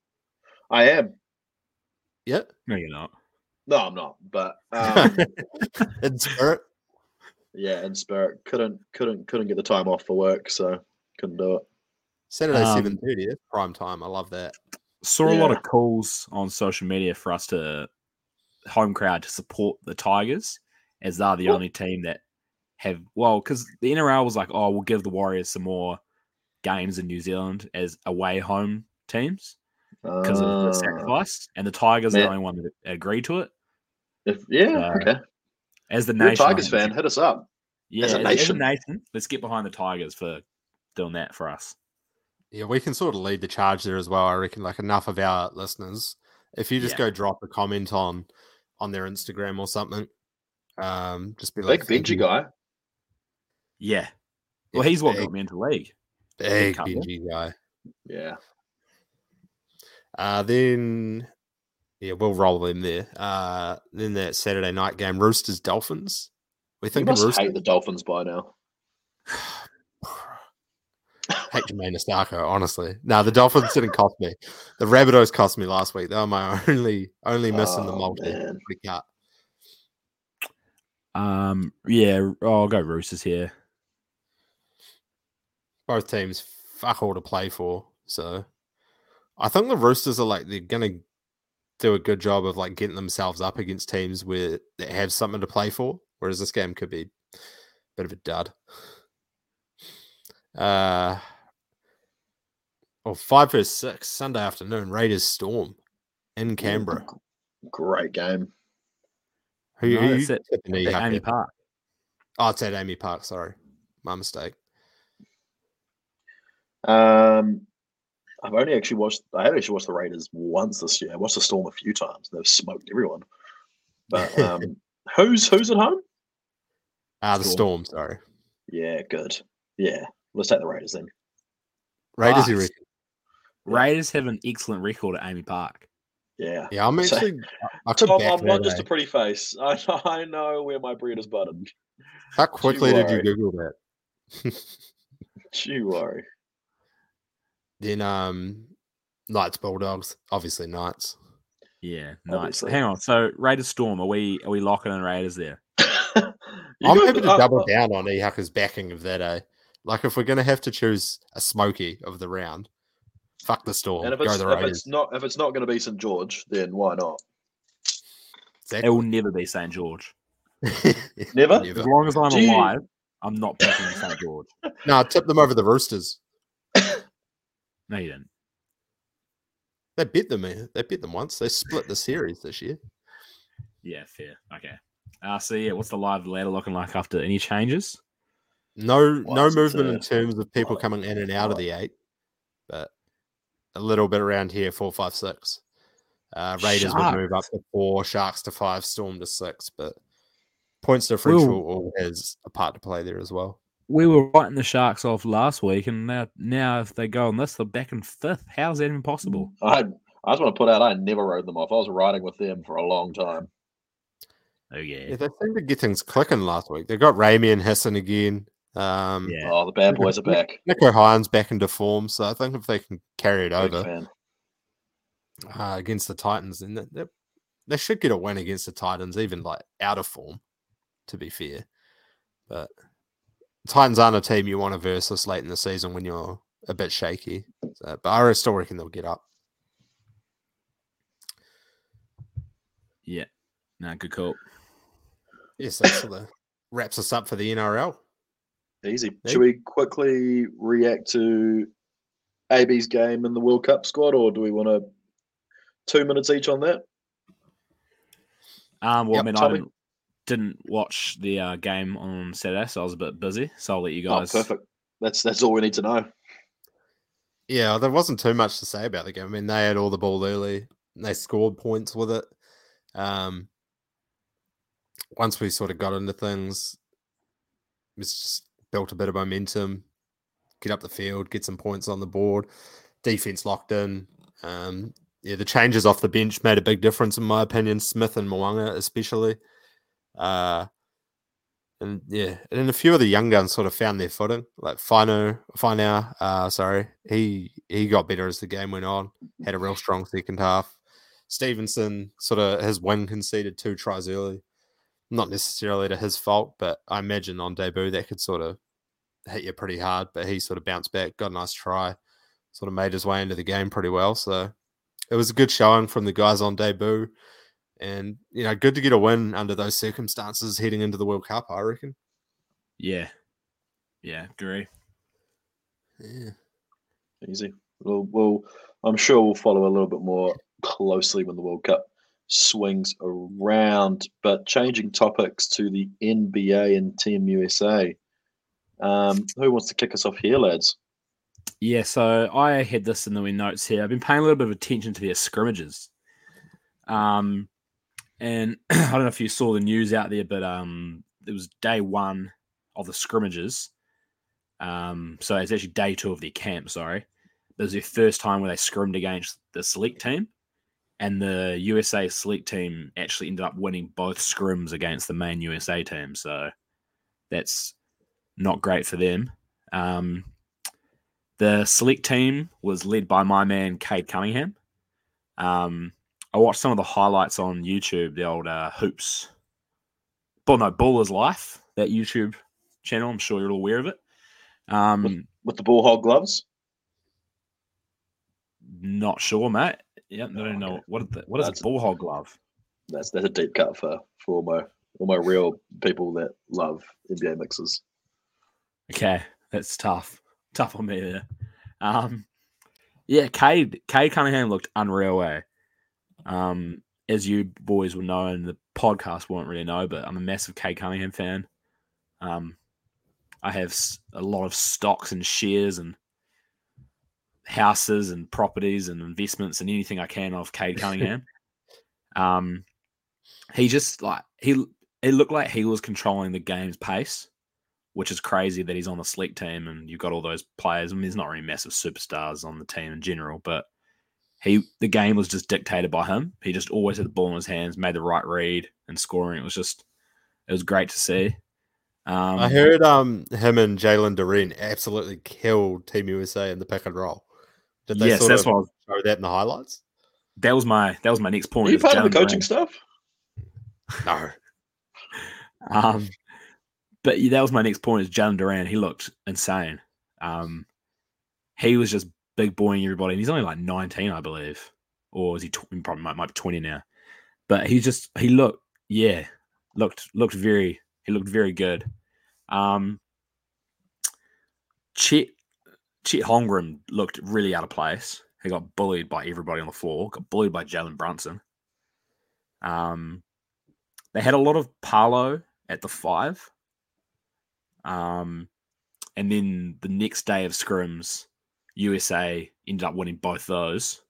I am.
Yeah.
No, you're not.
No, I'm not. But um,
in spirit.
yeah, in spirit, couldn't couldn't couldn't get the time off for work, so couldn't do it.
Saturday
Um,
seven thirty, that's prime time. I love that.
Saw a lot
Yeah.
of calls on social media for us to home crowd to support the Tigers as they're the
Well-
only team that have well because the NRL was like, oh, we'll give the Warriors some more games in New Zealand as away home teams because of the
Uh,
sacrifice, and the Tigers are
Yeah.
the only one that agreed to it.
if- yeah,
Uh,
okay.
As the
You're a
nation, I
Tigers
think-
fan, hit us up.
yeah,
as a nation.
nation, let's get behind the Tigers for doing that for us.
Yeah, we can sort of lead the charge there as well. I reckon, like enough of our listeners, if you just
Yeah.
go drop a comment on on their Instagram or something, um, just be like,
Big
thank
Benji
you.
guy.
Yeah,
Yeah,
well,
eh.
he's what
big,
got me into the league.
big
cover.
Benji guy.
Yeah.
Uh, then yeah, we'll roll them there. Uh, then that Saturday night game, Roosters Dolphins. We
You
think of
must
Roosters.
hate the Dolphins by now.
hate Jermaine Starco, honestly. No, the Dolphins didn't cost me. The Rabbitohs cost me last week. They were my only only miss in the
Oh,
multi.
man.
We cut.
Um, yeah, I'll go Roosters here.
Both teams fuck all to play for. So I think the Roosters are like they're gonna do a good job of like getting themselves up against teams where they have something to play for. Whereas this game could be a bit of a dud. Uh oh five versus six, Sunday afternoon, Raiders Storm in Canberra.
Great game.
Who, who
No,
you
that's it.
tipping
At
there, Yucca?
Amy Park.
Oh, it's at Amy Park. Sorry, my mistake.
Um, I've only actually watched. I have actually watched the Raiders once this year. I watched the Storm a few times. They've smoked everyone. But um, who's who's at home?
Ah, the
Storm.
Storm. Sorry,
Yeah, good. Yeah, let's take the Raiders then.
Raiders. you
But-
reckon?
Yeah.
Raiders have an excellent record at Amy Park.
Yeah.
Yeah, I'm
So-
actually. I- I could
Tom,
back
I'm
that,
not just
eh?
a pretty face. I, I know where my bread is buttered.
How quickly did you
worry.
Google that?
Gee, worry.
Then, um, Knights Bulldogs. Obviously, Knights.
Yeah, nice.
Obviously.
Hang on. So Raiders Storm, are we are we locking in Raiders there?
You
I'm
guys-
happy to
uh,
double
uh,
down on Ehaka's backing of that. Eh? Like, if we're gonna have to choose a Smoky of the round, fuck the Storm.
And if
Go
it's,
the
if
Raiders.
it's not if it's not going to be St George, then why not?
It will never be St George.
Exactly.
Never?
As long as I'm
Do you-
alive, I'm not picking St George.
No, I tipped them over the Roosters.
No, you didn't.
They beat them. eh? They beat them once. They split the series this year.
Yeah, fair. Okay. Uh, so yeah, what's the live ladder looking like after any changes?
No, no
Wasn't
movement in
it?
terms of people
Wasn't
coming in and out of the eight, but a little bit around here, four, five, six. Uh, Raiders would move up to four, Sharks to five, Storm to six, but points differential
Will-
all has a part to play there as well.
We were writing the Sharks off last week, and now now if they go on this, they're back in fifth. How's that even possible?
I I just want to put out I never rode them off. I was riding with them for a long time.
Oh yeah.
Yeah, they seem to get things clicking last week. They got Ramey and Hassan again. Um,
Yeah.
Oh, the bad boys are back.
Nico Hines back into form, so I think if they can carry it
Big
over,
fan.
uh, against the Titans, and that, that- they should get a win against the Titans, even like out of form, to be fair. But Titans aren't a team you want to verse this late in the season when you're a bit shaky. So, but I still reckon they'll get up.
Yeah. No, good call.
Yes, that sort of wraps us up for the NRL.
Easy.
Hey.
Should we quickly react to AB's game in the World Cup squad, or do we want to two minutes each on that?
Um, well,
Yep,
I mean,
Tommy.
I didn't, didn't watch the uh, game on Saturday, so I was a bit busy. So I'll let you
Oh,
guys.
perfect. That's that's all we need to know.
Yeah, there wasn't too much to say about the game. I mean, they had all the ball early. and They scored points with it. Um, once we sort of got into things, it's just built a bit of momentum, get up the field, get some points on the board, defense locked in. Um, yeah, the changes off the bench made a big difference in my opinion. Smith and Mwanga especially, uh, and yeah, and then a few of the young guns sort of found their footing. Like Fino, Fino, uh, sorry, he he got better as the game went on. Had a real strong second half. Stevenson sort of his win conceded two tries early not necessarily to his fault, but I imagine on debut that could sort of hit you pretty hard. But he sort of bounced back, got a nice try. sort of made his way into the game pretty well. So it was a good showing from the guys on debut. And, you know, good to get a win under those circumstances heading into the World Cup, I reckon.
Yeah. Yeah, agree.
Yeah.
Easy. We'll, we'll, I'm sure we'll follow a little bit more closely when the World Cup swings around. But changing topics to the NBA and Team USA. Um, who wants to kick us off here, lads?
Yeah, so I had this in the win notes here. I've been paying a little bit of attention to their scrimmages. Um, and I don't know if you saw the news out there, but um, it was day one of the scrimmages. Um, so it's actually day two of their camp, sorry. It was their first time where they scrimmed against the select team. And the USA select team actually ended up winning both scrims against the main USA team. So that's not great for them. Um, the select team was led by my man, Cade Cunningham. Um, I watched some of the highlights on YouTube, the old uh, Hoops. Well, no, Baller's Life, that YouTube channel. I'm sure you're all aware of it. Um,
With the ball hog gloves?
not sure, mate. Yeah, I don't know what the, what is
That's-
a ball hog glove.
That's that's a deep cut for, for all my all my real people that love NBA mixes.
Okay, that's tough. Tough on me there. Um, yeah, Cade Cade Cunningham looked unreal. Eh? Um, as you boys will know, and the podcast won't really know, but I'm a massive Cade Cunningham fan. Um, I have s- a lot of stocks and shares and houses and properties and investments and anything I can of Cade Cunningham. um, he just like he it looked like he was controlling the game's pace which is crazy that he's on the select team and you've got all those players. I mean, there's not really massive superstars on the team in general, but he the game was just dictated by him. He just always had the ball in his hands, made the right read and scoring. It was just it was great to see. Um,
I heard um him and Jalen Doreen absolutely killed Team USA in the pick and roll. Did they
yes,
sort
that's
of
what I was,
show that in the highlights?
that was my that was my next point.
Are you
is
part of the
Jalen
coaching
Brown.
staff?
No.
Um, but yeah, that was my next point. Is Jalen Duran? He looked insane. Um, he was just big boying everybody, and he's only like 19, I believe, or is he tw- he probably might, might be 20 now? But he just he looked yeah looked looked very he looked very good. Um, Chet Chet Holmgren looked really out of place. He got bullied by everybody on the floor. Got bullied by Jalen Brunson. Um, they had a lot of Parlo at the five. Um, and then the next day of scrims, USA ended up winning both those.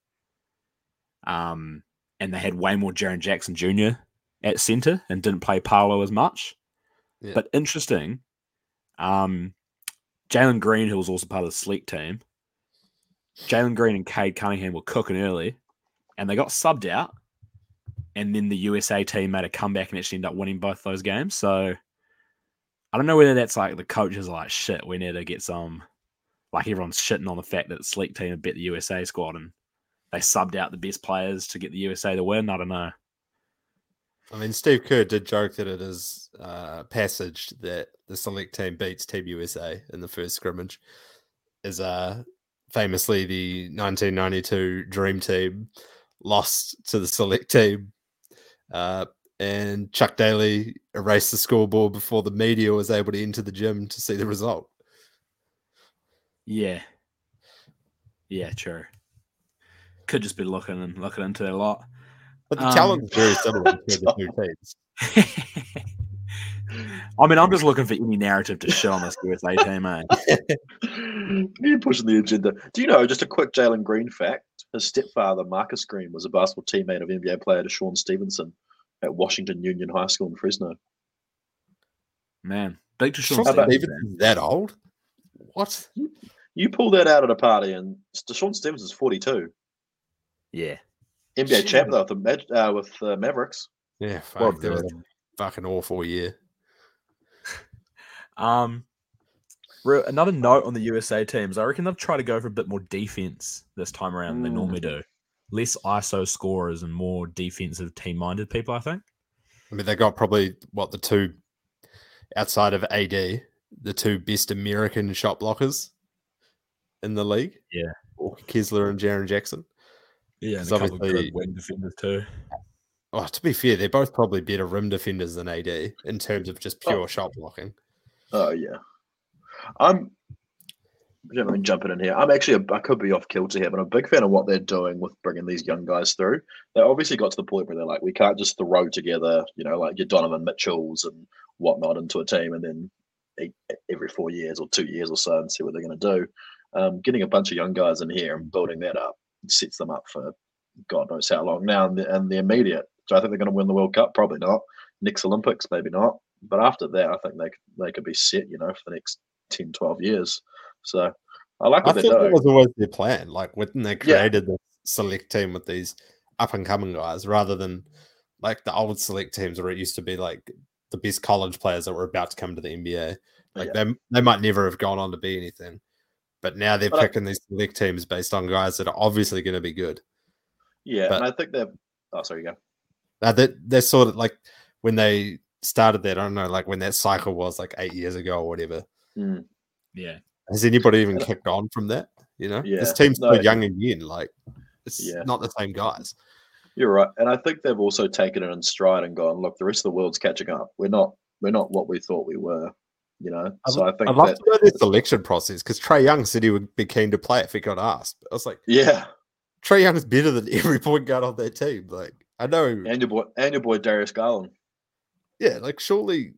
Um, and they had way more Jaron Jackson Jr. at center and didn't play Parlo as much.
Yeah.
But interesting, um, Jalen Green, who was also part of the Sleek team, Jalen Green and Cade Cunningham were cooking early and they got subbed out and then the USA team made a comeback and actually ended up winning both those games. So I don't know whether that's like the coaches are like shit. We need to get some like everyone's shitting on the fact that the Sleek team had bet the USA squad and they subbed out the best players to get the USA to win. I don't know.
I mean, Steve Kerr did joke that it is uh, passage that the select team beats Team USA in the first scrimmage, is uh, famously the 1992 Dream Team lost to the select team, uh, and Chuck Daly erased the scoreboard before the media was able to enter the gym to see the result.
Yeah. Yeah, true. Could just be looking and looking into it a lot.
But the
Um,
talent is very similar between the two teams.
I mean, I'm just looking for any narrative to shit on this USA team, eh?
You're pushing the agenda. Do you know, just a quick Jalen Green fact? His stepfather, Marcus Green, was a basketball teammate of NBA player to Sean Stevenson at Washington Union High School in Fresno.
Man, big to Sean
Sean
How about-
Stevens, man.
Stevenson's that old? What?
You pull that out at a party, and Sean Stevenson's 42.
Yeah.
NBA champ, though, with the, Mag- uh, with uh, Mavericks.
Yeah,
Well
fuck, that was a fucking awful year.
Um, re- another note on the USA teams, I reckon they've tried to go for a bit more defense this time around than they
Mm.
normally do. Less ISO scorers and more defensive team-minded people, I think.
I mean, they got probably what the two outside of AD, the two best American shot blockers in the league. Kesler and Jaron Jackson.
Yeah, and
It's
a couple of
obviously-
good wing defenders too.
Oh, to be fair, they're both probably better rim defenders than AD in terms of just pure shot blocking.
Oh yeah, I'm. I mean, jumping in here, I'm actually a, I could be off kilter here, but I'm a big fan of what they're doing with bringing these young guys through. They obviously got to the point where they're like, we can't just throw together, you know, like your Donovan Mitchells and whatnot into a team, and then e- every four years or two years or so, and see what they're going to do. Um, getting a bunch of young guys in here and building that up sets them up for God knows how long now, and the, and the immediate. So I think they're going to win the World Cup, probably not. Next Olympics, maybe not but after that, I think they c- they could be set, you know, for the next 10, 12 years. So I like
I
what they're
think that
doing.
was always their plan. Like when they
Yeah.
created the select team with these up and coming guys, rather than like the old select teams where it used to be like the best college players that were about to come to the
Oh,
NBA. Like they they might never have gone on to be anything, but now they're
But I-
picking these select teams based on guys that are obviously going to be good.
Yeah,
but-
and I think they're. Oh, sorry, you go.
Now that they sort of like when they started that, I don't know, like when that cycle was like eight years ago or whatever.
Mm,
Yeah.
Has anybody even
And I-
kicked on from that? You know,
Yeah,
this team's
no.
still young again. Like it's
Yeah.
not the same guys.
You're right, and I think they've also taken it in stride and gone, look, the rest of the world's catching up. We're not we're not what we thought we were, you know.
I'd-
so I think
I'd love
that
to know their selection process because Trey Young said he would be keen to play if he got asked. I was like,
yeah,
Trey Young is better than every point guard on their team. Like I know,
and your boy and your boy Darius Garland.
yeah, like surely,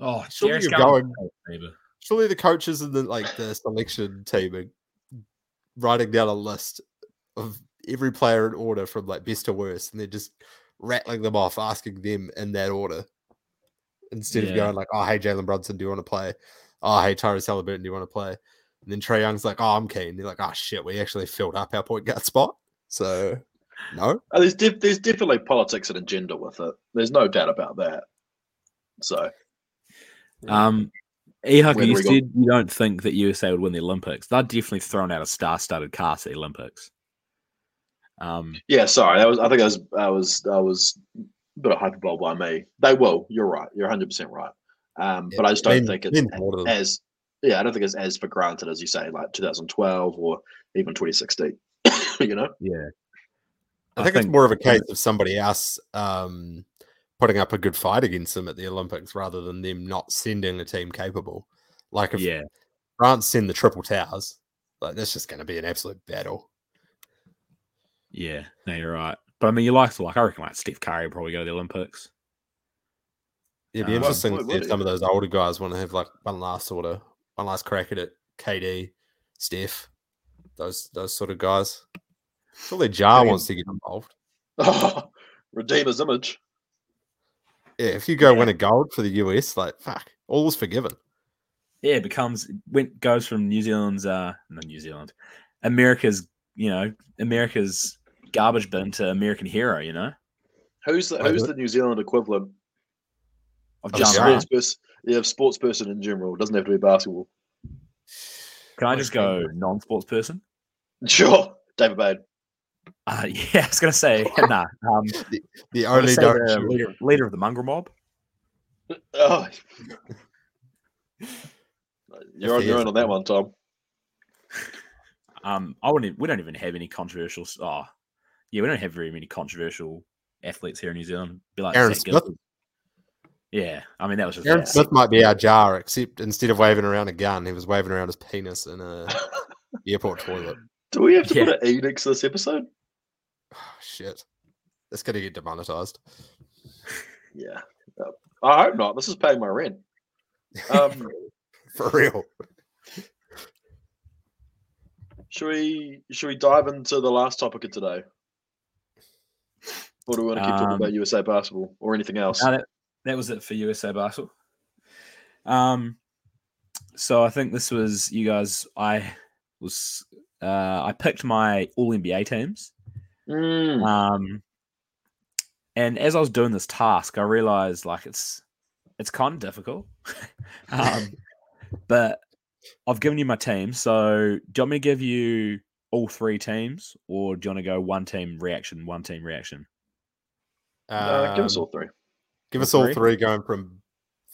Oh,
Surely
Darius
you're
Garland- Neighbor.
surely the coaches and the like the selection team are writing down a list of every player in order from like best to worst, and they're just rattling them off, asking them in that order instead of
Yeah.
going like, "Oh, hey, Jalen Brunson, do you want to play?" "Oh, hey, Tyrese Halliburton, do you want to play?" And then Trey Young's like, "Oh, I'm keen." They're like, "Oh shit, we actually filled up our point guard spot." So no,
Oh, there's def- there's definitely politics and agenda with it. There's no doubt about that. So
Um, Ehaka,
Whether
you
we
said
got-
you don't think that USA would win the Olympics. They're definitely throwing out a star-studded cast at the Olympics. Um,
Yeah, sorry. That was. I think I was. I was. I was a bit of hyperbole by me. They will. You're right. You're 100 percent right. Um, but I just don't
Men-
think it's
men order them.
as. Yeah, I don't think it's as for granted as you say, like 2012 or even 2016. you know.
yeah,
I
I
think,
think-
it's more of a case of somebody else um, putting up a good fight against them at the Olympics rather than them not sending a team capable. Like if
yeah,
France send the triple towers, like that's just going to be an absolute battle.
yeah. No, you're right. But I mean, you like to like. I reckon like Steph Curry would probably go to the Olympics.
It'd be
Uh,
interesting
Well,
to see
would
if
it?
some of those older guys want to have like one last sort of one last crack at it. KD, Steph, those those sort of guys. Surely Jar
mean-
wants to get involved.
Redeemer's image.
Yeah, if you go
Yeah.
win a gold for the US, like fuck, all's forgiven.
Yeah, it becomes went goes from New Zealand's uh not New Zealand, America's you know America's garbage bin to American hero. You know
Who's the
Wait,
Who's
what?
the New Zealand equivalent?
of
Oh,
John.
Just
yeah.
Moran.
sports person. Yeah, sports person in general. It doesn't have to be basketball.
Can I
Okay.
just go non-sports person?
Sure, David Bain.
Uh, yeah, I was gonna say nah. Um,
The
I would
only
say
direction
the leader, leader of the mongrel mob.
Oh. You're on
he
your
is
own on that one, Tom.
Um, I wouldn't. We don't even have any controversial. s- Oh, yeah, we don't have very many controversial athletes here in New Zealand. Be like
Aaron
Zach
Smith.
Gilbert. Yeah, I mean that was just
Aaron
that.
Smith might be our jar, except instead of waving around a gun, he was waving around his penis in a airport toilet.
Do we have to
Yeah.
put an E next to this episode?
Oh, shit. That's gonna get demonetized.
Yeah. Uh, I hope not. This is paying my rent. Um,
For real.
should we should we dive into the last topic of today? Or do we want to keep talking
Um,
about USA basketball or anything else?
No, that, that was it for USA Basel. Um, so I think this was you guys. I was uh, I picked my All NBA teams.
Mm,
Um, and as I was doing this task, I realized like it's it's kind of difficult. um, but I've given you my team. So do you want me to give you all three teams, or do you want to go one team reaction, one team reaction?
uh, give us
Um,
all three.
give us all
three.
three going from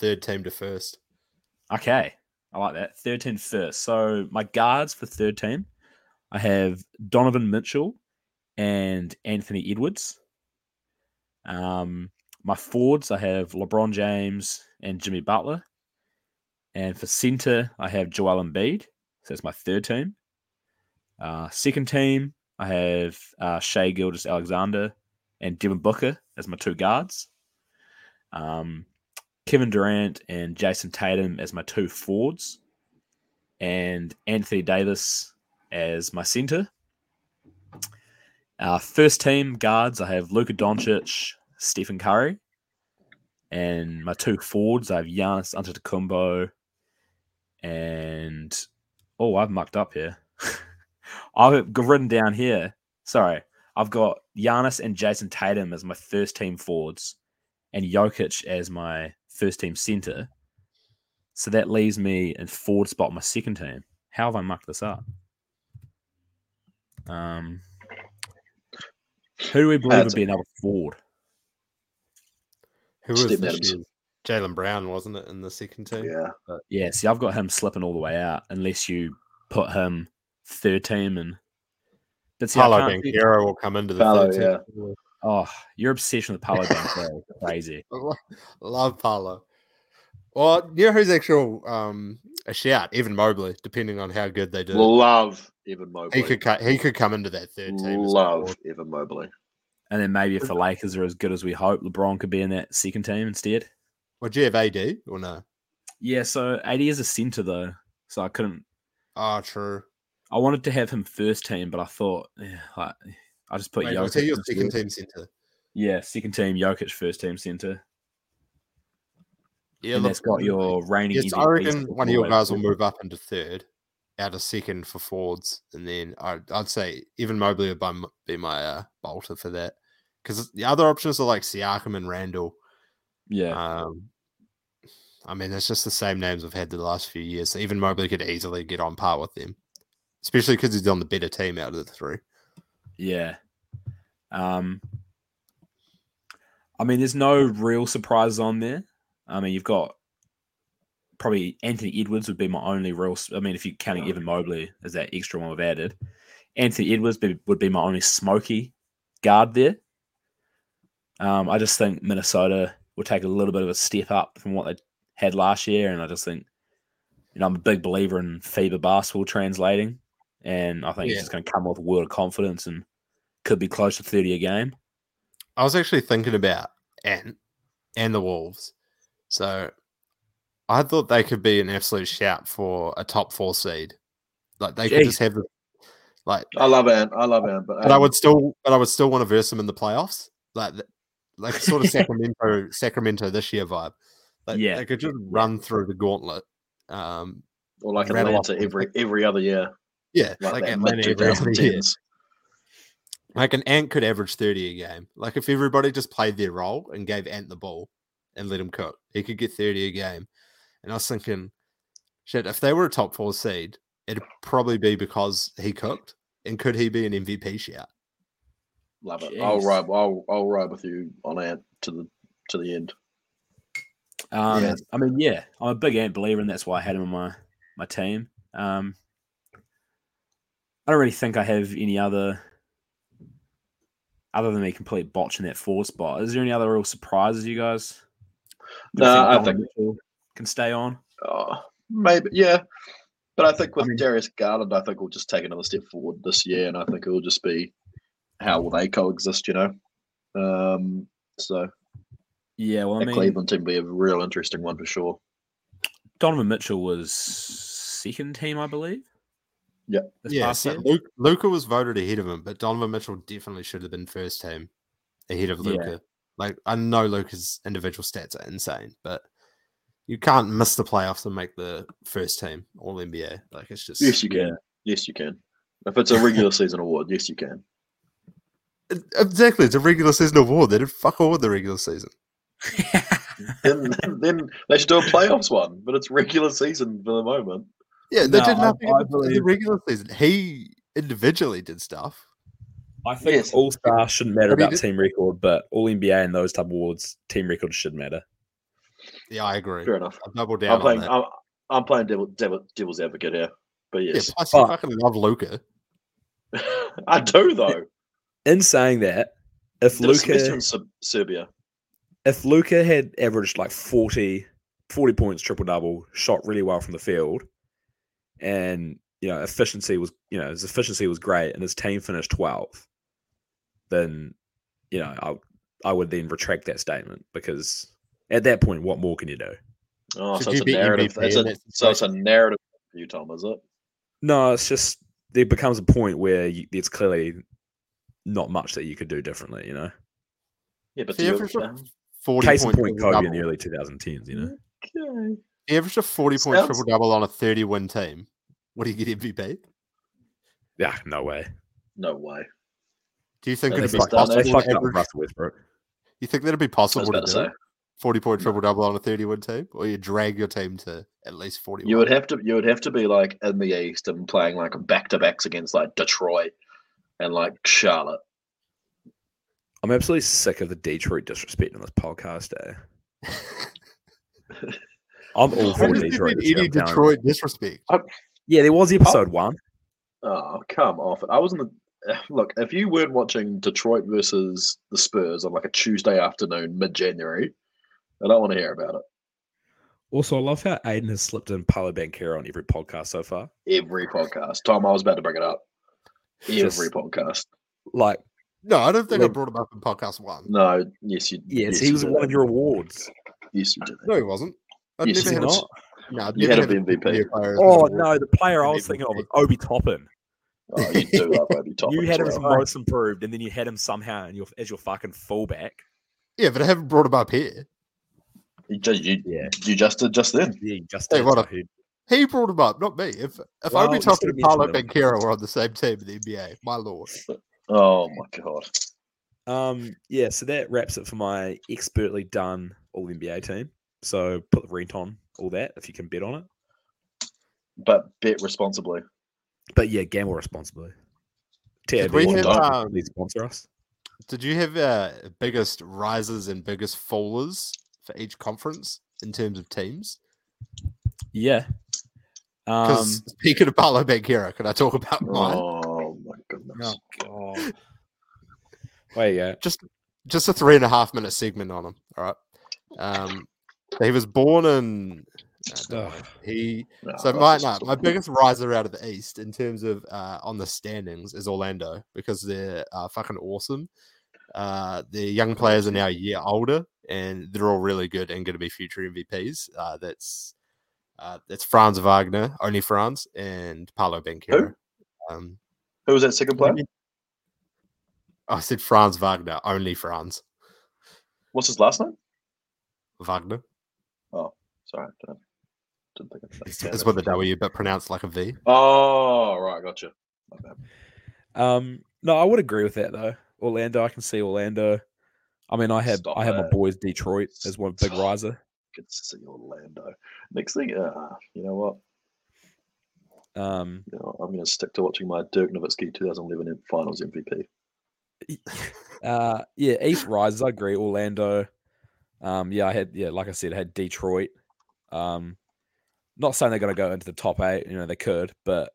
third team to first.
Okay. I like that. Third team first. So my guards for third team, I have Donovan Mitchell and Anthony Edwards. Um, my forwards, I have LeBron James and Jimmy Butler. And for center, I have Joel Embiid. So that's my third team. Uh, second team, I have uh, Shea Gildas Alexander and Devin Booker as my two guards. Um, Kevin Durant and Jason Tatum as my two forwards. And Anthony Davis as my center. Uh, first team guards, I have Luka Doncic, Stephen Curry. And my two forwards, I have Giannis Antetokounmpo, and oh, I've mucked up here. I've got written down here. Sorry, I've got Giannis and Jason Tatum as my first team forwards, and Jokic as my first team center. So that leaves me in forward spot, my second team. How have I mucked this up? Um, who do we believe would be another forward?
Who was
Steve
this
Adams.
year's- Jalen Brown, wasn't it, in the second team?
Yeah.
But yeah, see, I've got him slipping all the way out unless you put him third team and. But see, I
Paulo
can't see-
Banchero will come into the
Paolo,
third team.
oh, your obsession with Paulo Banchero is crazy.
Lo- Love Paolo. Well, you know who's actual um, a shout? Evan Mobley, depending on how good they do.
Love Evan
he
Mobley.
could cut. He could come into that third team. as well.
Love Evan Mobley.
And then maybe if the Lakers are as good as we hope, LeBron could be in that second team instead.
Would you have AD or no?
Yeah, so AD is a center though, so I couldn't.
Ah, true.
I wanted to have him first team, but I thought yeah, like, I just put
Wait, was
Jokic.
he your
first
second
team.
team center?
Yeah, second team Jokic, first team center.
Yeah,
and that's got your reigning.
Yes, I
MVP
reckon
scorer
one of your
away.
guys will move up into third, out of second for Fords, and then I'd, I'd say even Mobley would bum- be my uh, bolter for that because the other options are like Siakam and Randall.
Yeah,
Um, I mean, it's just the same names we've had the last few years. So even Mobley could easily get on par with them, especially because he's on the better team out of the three.
Yeah. Um I mean there's no real surprises on there. I mean you've got probably Anthony Edwards would be my only real s- I mean if you're counting Evan Mobley as that extra one we've added. Anthony Edwards be, would be my only smoky guard there. Um I just think Minnesota will take a little bit of a step up from what they had last year and I just think you know I'm a big believer in FIBA basketball translating and I think
Yeah.
it's just going to come with world confidence and could be close to 30 a game.
I was actually thinking about Ant and the Wolves. So I thought they could be an absolute shout for a top four seed. Like they could
Jeez. Um
just have the like
I love Ant. I love Ant. But,
but I
Ant-
would still but I would still want to verse them in the playoffs. Like th- like sort of Sacramento Sacramento this year vibe. Like,
Yeah.
They could just run through the gauntlet. Um
or like
rattle off
Atlanta
the-
every every other year,
yeah,
like,
like
that
Atlanta
mid
every other year.
2010s.
Like an ant could average 30 a game. Like if everybody just played their role and gave Ant the ball and let him cook, he could get 30 a game. And I was thinking, shit, if they were a top four seed, it'd probably be because he cooked. And could he be an MVP shout?
Love it. I'll
Jeez.
ride. I'll, I'll ride with you on Ant to the to the end.
Um,
Yeah.
I mean, yeah, I'm a big Ant believer, and that's why I had him on my, my team. Um, I don't really think I have any other, other than a complete botch in that four spot. Is there any other real surprises, you guys? Do you
No, I
Donovan
think-
Mitchell can stay on.
Oh, maybe yeah, but I think with
mean-
Darius Garland, I think we'll just take another step forward this year, and I think it'll just be how will they coexist, you know? Um, so
Yeah, well, I
that
mean,
Cleveland team will be a real interesting one for sure.
Donovan Mitchell was second team, I believe.
Yeah.
this
yeah.
past
So
year.
Luke, Luca was voted ahead of him, but Donovan Mitchell definitely should have been first team ahead of
Yeah.
Luca. Like I know Luca's individual stats are insane, but you can't miss the playoffs and make the first team all NBA. Like it's just
Yes, you
Yeah.
can. Yes, you can. If it's a regular season award, yes, you can.
E- Exactly. It's a regular season award. They did fuck all with the regular season.
Then, then they should do a playoffs one, but it's regular season for the moment.
Yeah, they
No,
did
I-
nothing in
I
the- in, the
believe-
regular season. He individually did stuff.
I think
Yes.
all star shouldn't matter
I mean,
about
it-
team record, but all NBA and those type of awards, team records should matter.
Yeah, I agree.
Fair enough.
I double
I'm
down on
playing.
that.
I'm, I'm playing devil, devil, devil's advocate here, but
yeah,
yes,
plus you
But-
fucking love Luca.
I do though.
In saying that, if
Did a semester
Luca
in Ser- Serbia.
if Luca had averaged like 40, 40 points, triple double, shot really well from the field, and you know efficiency was you know his efficiency was great, and his team finished twelfth, then you know I I would then retract that statement because at that point, what more can you do?
Oh,
Should
so
you
it's a
be
narrative.
MVP
It's
in
a,
that
so it's a narrative for you, Tom, is it?
No, it's just there becomes a point where you, it's clearly not much that you could do differently. You know,
Yeah, but
If he
do you-
averaged a 40
case in
point
point,
triple
Kobe in
double-
the early 2010s. You know,
Okay.
he averaged a 40 point
Sounds-
triple double on a 30 win team. What do you get MVP?
yeah, no way.
No way.
Do you think
Yeah,
it'd
they
be
fucked up-
possible?
they
to
fucked
average-
Russell Westbrook.
You think that'd be
I was
possible
about
to
to
do?
say
40 point triple double on a 30 win team, or you drag your team to at least 40.
you would have to you would have to be like in the East and playing like back to backs against like Detroit and like Charlotte.
I'm absolutely sick of the Detroit disrespect on this podcast. Eh? I'm all for Detroit. this year,
any
I'm telling you.
Detroit disrespect.
Yeah, there was episode one.
Oh, come off it. I was in the look, if you weren't watching Detroit versus the Spurs on like a Tuesday afternoon, mid January, I don't want to hear about
Also, I love how Aiden has slipped in Paolo Banquero on every podcast so far.
it. Every podcast. Tom, I was about to bring it up. Every
Just-
podcast.
Like,
No, I don't think I
Like-
brought him up in podcast one.
No, yes, you
yes,
you
he was
did.
one of your awards.
Yes, you did.
No, he wasn't. I'd
Yes,
he
never had
was.
a, no, I'd
You
never
had a
had a
MVP.
player as an
Oh
award.
no, the player I
And
was
he was
thinking of was Obi Toppin.
Oh, you do love Obi Toppin.
You
as
had him
well.
for most improved, and then you had him somehow and your as your fucking fullback.
Yeah, but I haven't brought him up here.
You just, you,
Yeah.
you just did just then.
Yeah, you just
Hey,
did.
what a- He brought him up, not me. If if
Well,
Obi
you
Toppin
should've
and Paolo
mentioned him.
Banquero were on the same team in the NBA, my lord.
Oh my god.
Um, yeah, so that wraps it for my expertly done all NBA team. So put the rent on all that if you can bet on it.
But bet responsibly.
But yeah, gamble responsibly.
Did
TAB
we
will
have,
not
um,
please sponsor us.
Did you have uh, biggest rises and biggest fallers for each conference in terms of teams?
Yeah. Um,
Because speaking of Paolo Banquero, can I talk about mine?
Oh my goodness.
God. Wait, yeah.
just a three and a half minute segment on him. All right. Um, so he was born in. I don't know.
Ugh.
He
Nah,
so
that's
my
just-
no, my biggest riser out of the East in terms of uh, on the standings is Orlando because they're uh, fucking awesome. Uh, the young players are now a year older and they're all really good and going to be future MVPs. Uh, that's uh, that's Franz Wagner, only Franz, and Paolo Banquero. Um,
Who was that second player?
I said Franz Wagner, only Franz
What's his last name?
Wagner.
Sorry, I don't- didn't think of
It's,
that.
it's with a W, but pronounced like a V.
Oh right, gotcha. My bad.
Um, no, I would agree with that though. Orlando, I can see Orlando. I mean, I have
Stop
I have my
it.
boys Detroit as one big riser.
Good to see Orlando. Next thing, uh, you know what?
Um,
You know, I'm going to stick to watching my Dirk Nowitzki 2011 Finals MVP.
uh, yeah, East risers. I agree. Orlando. Um, yeah, I had yeah, like I said, I had Detroit. Um, not saying they're going to go into the top eight. You know, they could, but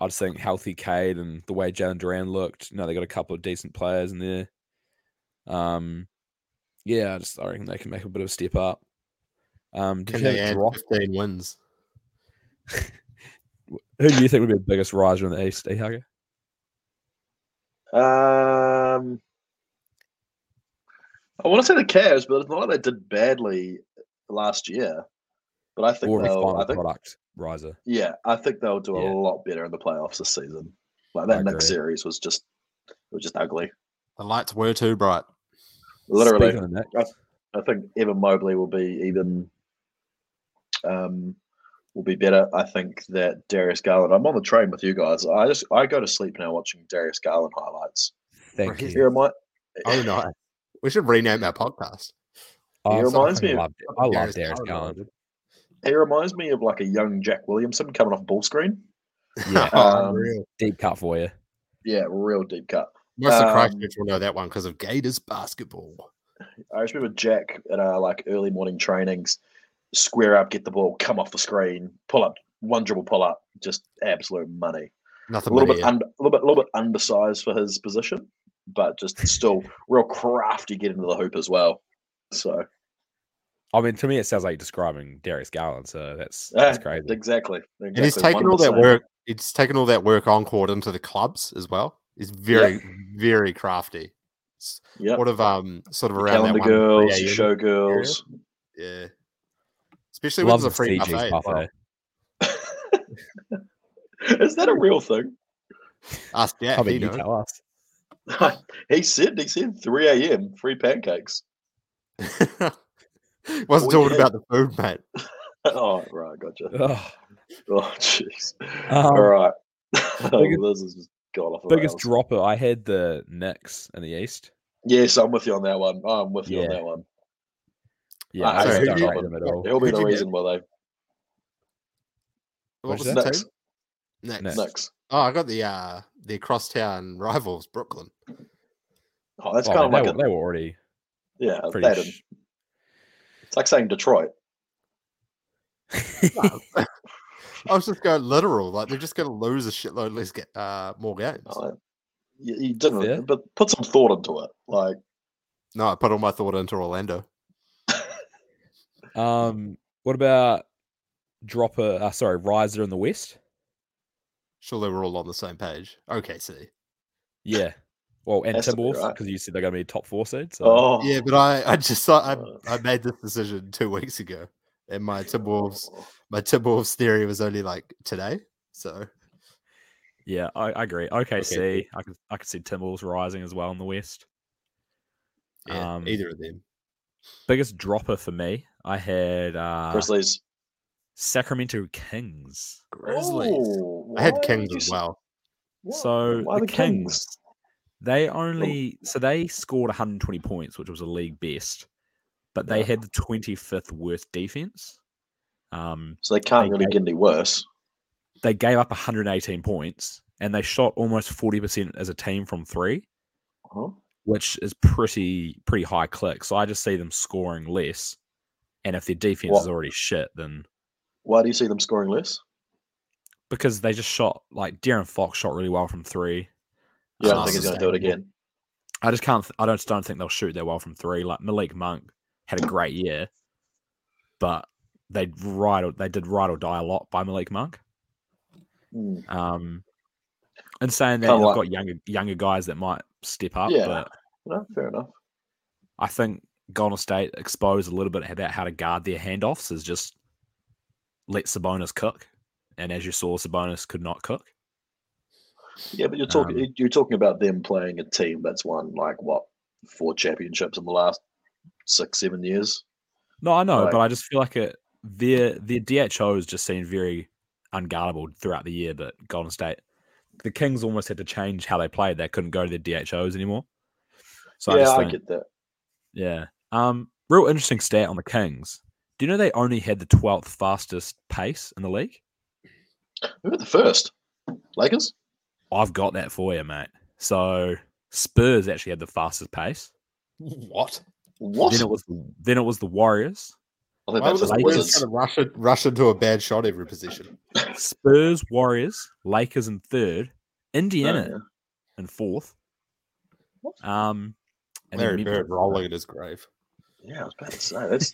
I just think healthy Cade and the way Jalen Duran looked. You know, they got a couple of decent players in there. Um, yeah, I just I reckon they can make a bit of a step up. Um, did
Can
you have
they
a
add
drop?
15 wins?
Who do you think would be the biggest riser in the East, E Ehugger?
Um, I want to say the Cavs, but it's not like they did badly last year. But I think
Or a
they'll. I
final
think
product riser?
Yeah, I think they'll do
Yeah.
a lot better in the playoffs this season. Like
I
that next
agree.
series was just it was just ugly.
The lights were too bright.
Literally,
Speaking of that,
I think Evan Mobley will be even um will be better. I think that Darius Garland. I'm on the train with you guys. I just I go to sleep now watching Darius Garland highlights.
thank
Right.
you.
He remind,
Oh, no. We should rename our podcast.
I
He
fucking
reminds me of-
loved it. I love Darius Garland.
he reminds me of like a young Jack Williamson coming off ball screen.
Yeah,
Um,
Unreal.
deep cut for you.
Yeah, real deep cut.
Most of
um,
Christchurch will know that one because of Gators basketball.
I just remember Jack at our like early morning trainings, square up, get the ball, come off the screen, pull up, one dribble pull up, just absolute money. a
Nothing
little
really.
bit
yeah.
under, a little bit, a little bit undersized for his position, but just still real crafty getting to the hoop as well. So
I mean, to me, it sounds like you're describing Darius Garland. So that's that's
Yeah,
crazy.
exactly, exactly
and he's taken all that
1%.
work. He's taken all that work on court into the clubs as well. He's very, very crafty.
Yep.
Sort of um, sort of around that
calendar
one.
girls,
3 a.m.
show girls.
Yeah. Especially when
Love
there's
the
a free
CG's
buffet.
buffet.
as well.
Is that a real thing?
Ask Jack,
Come
he
in, you
knows.
tell us.
he said he said 3 a.m. free pancakes.
Wasn't
Oh,
talking
yeah.
about the food, mate.
oh right, gotcha.
Ugh.
Oh jeez.
Um,
all right.
biggest-
this has just gone off. the
Biggest
rails.
dropper. I had the Knicks in the East.
Yes, I'm with you on that one. I'm with you on
Yeah.
that one.
Yeah,
Ah,
I
sorry,
just
who
don't
do you-
rate them at all.
He'll be
Who'd
the
you get?
reason why
What
What's
was the
that?
team? Next.
they
Next.
next.
Oh, I got the uh the crosstown rivals, Brooklyn.
Oh, that's
Oh,
kind of like
man, they,
a,
were, they were already
yeah,
pretty.
they didn't-
sh-
it's like saying Detroit.
I was just going literal, like they're just gonna lose a shitload. Let's get uh more games.
Oh, that- you, you didn't,
Fair.
but put some thought into it. Like,
No, I put all my thought into Orlando.
um, what about dropper? Uh, sorry, riser in the West.
Sure they were all on the same page. OKC.
Yeah. Well, and
Has to be,
Timberwolves
right?
because you said they're going to be top four seed. So
oh,
Yeah, but I, I just I,
Uh.
I made this decision two weeks ago. And my Timberwolves
oh,
my Timberwolves theory was only like today. So
yeah, I, I agree. OKC, I could I could see Timberwolves rising as well in the West.
yeah,
Um,
either of them.
Biggest dropper for me, I had uh,
Grizzlies.
Sacramento Kings.
Oh,
I had
why
Kings
would you
as
say-
well.
why-
So
why
the, Kings, they only so they scored 120 points, which was a league best, but they
Yeah.
had the 25th worst defense. Um,
So they can't
They
really
gave-
get any worse.
they gave up 118 points, and they shot almost 40% as a team from three,
Huh?
which is pretty pretty high click. So I just see them scoring less, and if their defense is
What?
already shit, then
Why do you see them scoring less?
because they just shot like Darren Fox shot really well from three.
You don't
Um,
think he's going to do it again?
I just can't. Th- I don't, just don't think they'll shoot that well from three. Like Malik Monk had a great year, but they ride. Or, they did ride or die a lot by Malik Monk.
Hmm.
Um, and saying that
Kinda
they've
like-
got younger younger guys that might step up,
Yeah.
but
No, fair enough.
I think Golden State exposed a little bit about how to guard their handoffs is just let Sabonis cook, and as you saw, Sabonis could not cook.
Yeah, but you're talking
Um,
you're talking about them playing a team that's won like what four championships in the last six seven years.
No, I know,
Like-
but I just feel like it. Their their DHOs just seemed very unguardable throughout the year. But Golden State, the Kings almost had to change how they played. They couldn't go to their DHOs anymore. So I
yeah,
just
I,
think,
get that.
yeah. Um, real interesting stat on the Kings. Do you know they only had the twelfth fastest pace in the league?
Who were the first? Lakers.
I've got that for you, mate. So Spurs actually had the fastest pace.
What?
What?
Then it was then it was the Warriors.
I think
Why
that's
would
the
the
Lakers.
Warriors
Wizards.
try to rush, it, rush into a bad shot every position?
Spurs, Warriors, Lakers in third,
No,
Indiana
yeah.
in fourth. Um, and then
Larry
Memphis
Bird
in
rolling in his grave.
Yeah, I was about to say that's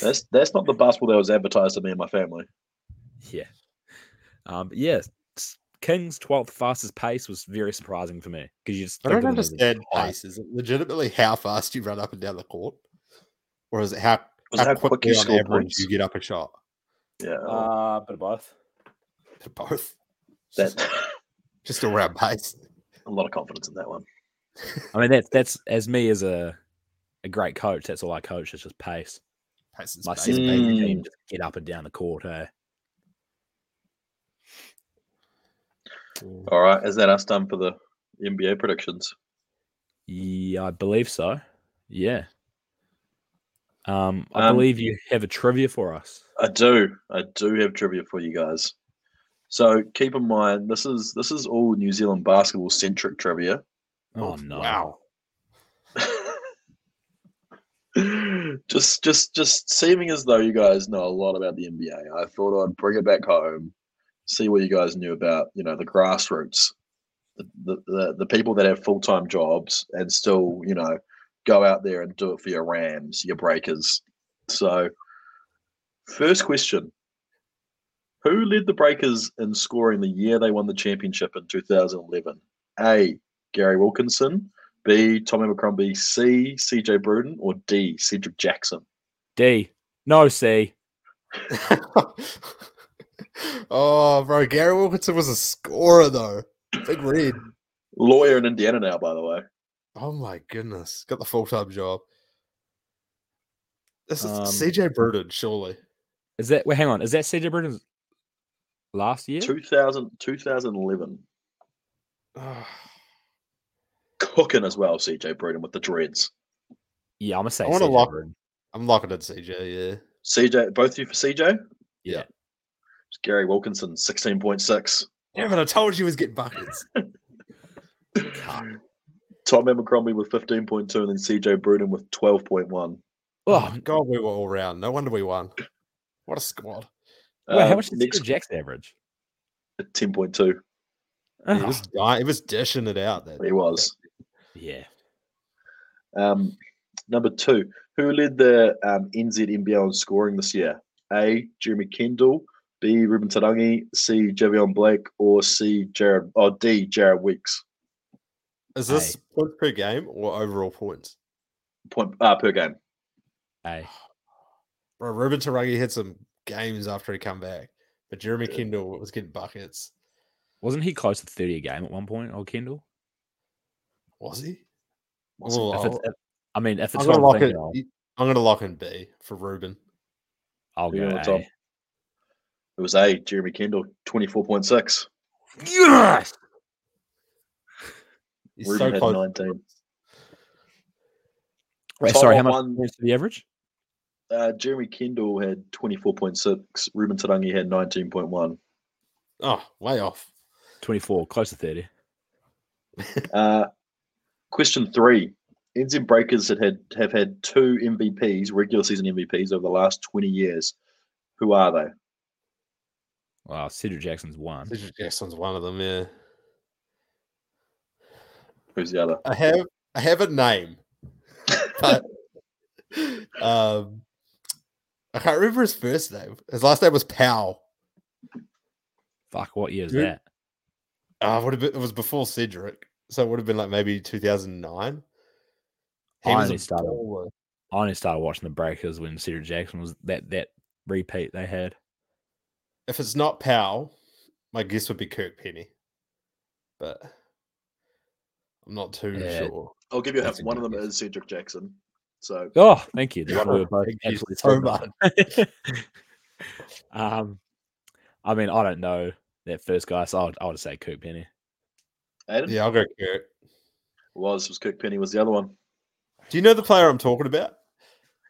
that's that's not the basketball that was advertised to me and my family.
fifth. Yeah. Um, but yeah, s- King's 12th fastest pace was very surprising for me because you just
I
think
don't
of them as a
understand
high-
pace. Is it legitimately how fast you run up and down the court, or is it how,
Was
how,
it how quick
quickly
you
on
score
average
points?
you get up a shot?
Yeah,
Uh, but both.
They're both
that
just around pace.
a lot of confidence in that one.
I mean, that's that's as me as a a great coach. That's all I coach is just pace.
Pace is
My
pace,
season
baby.
Mm.
team just get up and down the court. Eh?
All right, is that us done for the NBA predictions?
Yeah, I believe so. Yeah. Um, I
Um,
believe you have a trivia for us.
I do. I do have trivia for you guys. So keep in mind this is this is all New Zealand basketball centric trivia.
Oh, no!
Wow.
just just just seeming as though you guys know a lot about the NBA. I thought I'd bring it back home see what you guys knew about you know the grassroots, the the, the, the people that have full time jobs and still you know go out there and do it for your Rams, your Breakers. So, first question: Who led the Breakers in scoring the year they won the championship in 2011? A. Gary Wilkinson, B. Tommy McCrombie, C. C.J. Bruden, or D. Cedric Jackson?
D. No C.
oh, bro, Gary Wilkinson was a scorer though. Big read.
Lawyer in Indiana now, by the way.
Oh my goodness, got the full time job. This is
Um
C.J. Bruden, surely.
Is that? Wait, hang on. Is that C.J. Bruden's last year?
2000, 2011.
Ah,
Cooking as well, C.J. Bruden with the dreads.
Yeah, I'm gonna say.
I wanna
CJ
lock-
Bruden.
I'm locking in CJ. Yeah.
CJ, both of you for CJ?
Yeah.
It's Gary Wilkinson, 16.6.
Damn it! I told you he was getting buckets.
Tom Abercrombie with 15.2, and then CJ Bruden with 12.1.
Oh,
God, we were all round. No wonder we won. What a squad!
wait,
Uh,
Oh, how much did
next
Cedric Jackson average? Oh,
10.2.
He was dying. He was dishing it out. That
He was.
yeah.
Um, number two, who led the um, NZNBL in scoring this year? A. Jeremy Kendall, B. Ruben Tarangi, C. Javion Blake, or C. Jared or D. Jared Weeks
Is this points per game or overall points?
point uh, per game.
Hey.
Bro, Ruben Tarangi had some games after he come back, but Jeremy
Yeah.
Kendall was getting buckets.
Wasn't he close to 30 a game at one point, old Kendall?
Was he?
Was he?
Oh,
If
I'll-
it's, if- I mean, if
I'm
it's
gonna
what I'm
lock it. e
thinking, I'll,
I'm gonna lock in B for Ruben.
I'll
You're
go
gonna
A.
top. It was A. Jeremy Kendall, twenty four point six.
Yes!
He's
Ruben
so
had
close.
nineteen.
Wait,
Top
sorry, how much
one,
points did he average?
uh, Jeremy Kendall had twenty four point six. Ruben Tarangi had nineteen point one.
Oh, way off.
24, close to 30.
Uh, question three. NZ Breakers had had, have had two MVPs, regular season MVPs, over the last 20 years. Who are they?
Wow, Cedric Jackson's one.
Cedric Jackson's one of them. Yeah.
Who's the other?
I have I have a name, but um, I can't remember his first name. His last name was Powell.
Fuck, what year is
Dude.
that?
Uh, would have been, it was before Cedric, so it would have been like maybe 2009.
I
was
only
a
started-
baller.
I only started watching the Breakers when Cedric Jackson was that that repeat they had.
If it's not Powell, my guess would be Kirk Penny, but I'm not too
Yeah,
sure.
I'll give you a
That's
hint.
a
One of
good
them
guess.
is Cedric Jackson. So
Oh, thank you. The one we were both
Thank you
absolutely
so
certain of.
much.
um, I mean, I don't know that first guy, so I would, I would say Coop Penny.
Aiden
Yeah, I'll go Kirk.
was was Kirk Penny was the other one.
Do you know the player I'm talking about?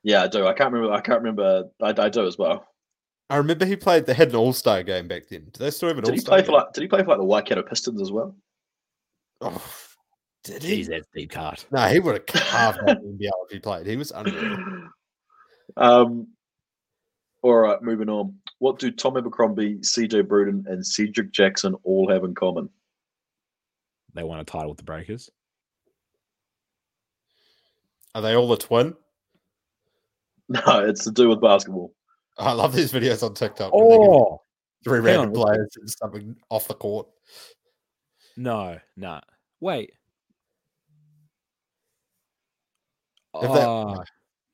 Yeah, I do. I can't remember. I can't remember. I, I do as well.
I remember he played. They had an All Star game back then. Do they still have an
Did
All
he
Star?
play for like? Did he play for like the Waikato Pistons as well?
Oh, did he?
Jeez, that's deep cut.
No, he would have carved out the NBL if he played. He was unreal.
um. All right, moving on. What do Tom Abercrombie, CJ Bruden, and Cedric Jackson all have in common?
They won a title with the Breakers.
Are they all a twin?
No, it's to do with basketball.
I love these videos on TikTok. where they give
Oh
three
hang
random
on, what's
players and something off the court.
no, no. Wait.
If that-
Uh,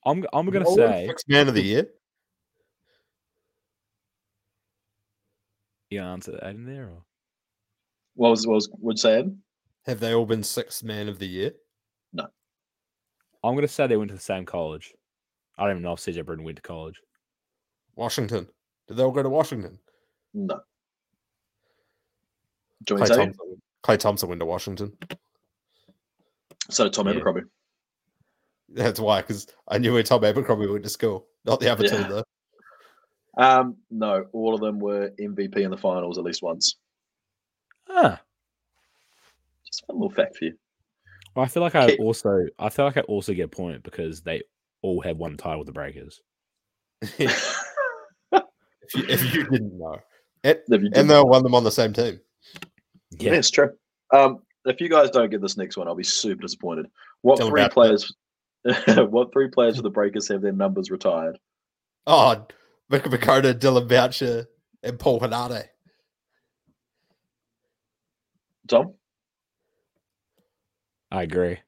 I'm I'm gonna
Nolan
say
Sixth man of the year.
you gonna answer that in there or
What was what was would say? Aiden?
Have they all been sixth man of the year?
I'm gonna say they went to the same college. I don't even know if CJ Britton went to college.
Washington. Did they all go to Washington?
No. Do you
Clay
want me to tell you?
Thompson. Clay Thompson went to Washington.
So did Tom
Yeah.
Abercrombie.
That's why, because I knew where Tom Abercrombie went to school. Not the
Yeah.
other two though.
Um, no, all of them were MVP in the finals at least once.
Huh.
Just one little fact for you.
Well, I feel like I
Okay.
also I feel like I also get a point because they all have one title with the Breakers.
if, you, if you didn't know, It,
If you did-
and they'll won them on the same team.
Yeah, it's true. Um, if you guys don't get this next one, I'll be super disappointed. What
Tell 'em
three
about it.
players? what three players for the Breakers have their numbers retired?
Oh, Vic Makota, Dylan Boucher, and Paul Hanade.
Tom,
I agree.
it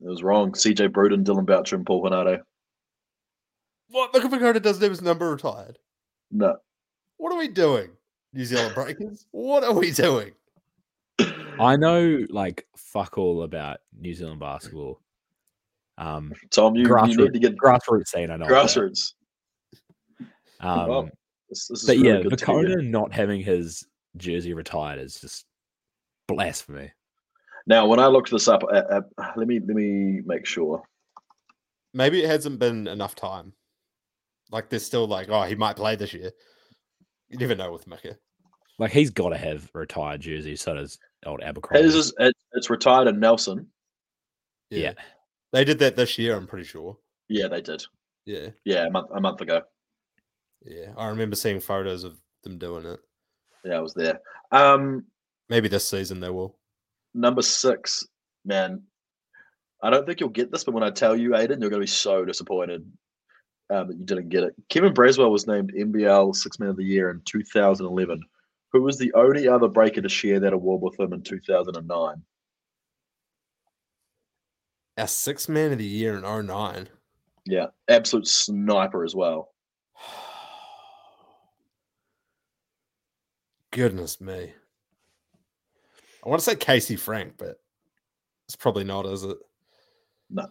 was wrong. C.J. Bruden, Dylan Boucher, and Paul Hanado.
What? Vic Makota doesn't have his number retired.
No,
What are we doing, New Zealand Breakers? what are we doing?
I know like fuck all about New Zealand basketball. Um
Tom, you, you need
Grassroots.
to get
grassroots scene, I know. about.
grassroots.
Um,
Well, This, this is
but
really
yeah,
good to hear.
Vakona not having his jersey retired is just blasphemy.
Now, when I looked this up, uh, uh, let me let me make sure.
Maybe it hasn't been enough time. Like they're still like, oh, he might play this year. You never know with Mika.
Like he's got to have a retired jersey. So does old Abercrombie.
His is it, it's retired and Nelson.
yeah.
They did that this year, I'm pretty sure.
Yeah, they did.
Yeah.
Yeah, a month a month ago.
Yeah. I remember seeing photos of them doing it.
Yeah, I was there. Um,
Maybe this season they will.
number six, man. I don't think you'll get this, but when I tell you, Aiden, you're going to be so disappointed um, that you didn't get it. Kevin Braswell was named NBL Six Man of the Year in 2011. Who was the only other breaker to share that award with him in 2009?
Our sixth man of the year in 09.
Yeah, absolute sniper as well.
Goodness me. I want to say Casey Frank, but it's probably not, is it?
No.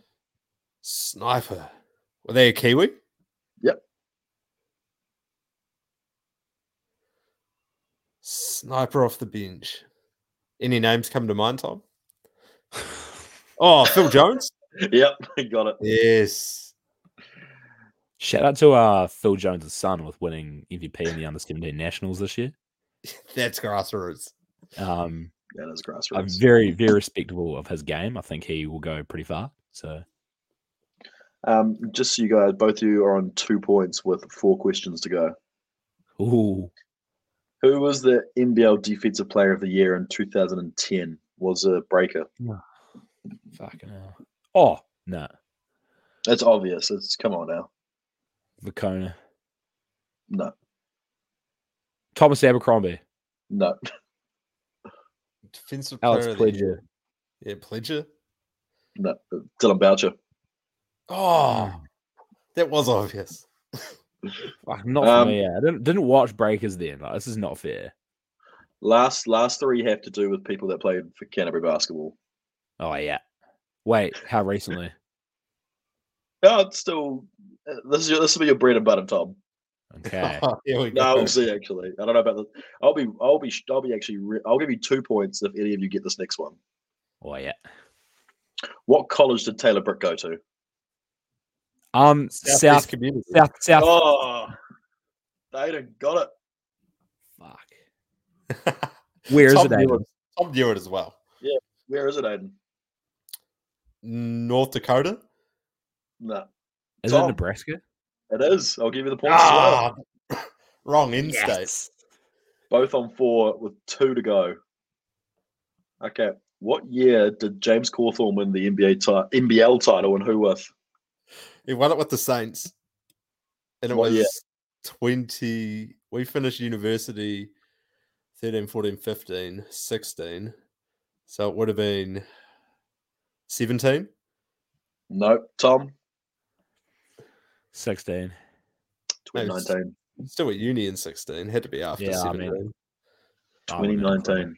Sniper. Were they a Kiwi?
Yep.
Sniper off the bench. Any names come to mind, Tom? Oh, Phil Jones?
Yep, got it.
Yes.
Shout out to uh, Phil Jones' son with winning MVP in the Under 17 Nationals this year.
That's grassroots.
Um,
That is
a
grassroots.
very, very respectable of his game. I think he will go pretty far. So
Um, just so you guys, both of you are on two points with four questions to go.
Ooh,
Who was the NBL Defensive Player of the Year in 2010? Was a breaker.
fucking hell. Oh, no.
That's obvious. It's come on now.
Vicona.
No,
Thomas Abercrombie.
no.
Defensive
Alex
player of the year.
Pledger.
Yeah, Pledger.
No, Dylan Boucher.
Oh,
Hmm.
that was obvious.
Fuck, not
Um,
for me. yeah. I didn't, didn't watch Breakers then. Like, this is not fair.
Last last three have to do with people that played for Canterbury basketball.
Oh, yeah. Wait, how recently?
Oh, it's still uh, this is your, this will be your bread and butter, Tom.
Okay.
Here we
No,
go.
we'll see. Actually, I don't know about this. I'll be I'll be I'll be actually re- I'll give you two points if any of you get this next one.
Oh, yeah.
What college did Taylor Brick go to?
Um,
Southeast
South,
community.
South, South.
Oh, they done got it.
Fuck. Where is
Tom
it,
knew
Aiden?
Tom knew it as well.
Where is it, Aiden?
North Dakota.
No,
Is it
Tom.
Nebraska?
it is. I'll give you the points as well.
Ah, wrong in state.
Both on four with two to go. Okay. What year did James Cawthorn win the NBA ti- NBL title and who with?
He won it with the Saints, and it
What
was
year?
twenty. We finished university 13, 14, 15, 16. So it would have been seventeen.
No, Tom,
16.
Maybe it's
2019.
Still at uni in sixteen. Had to be after
Yeah, I mean-
seventeen.
I wouldn't have a clue.
2019.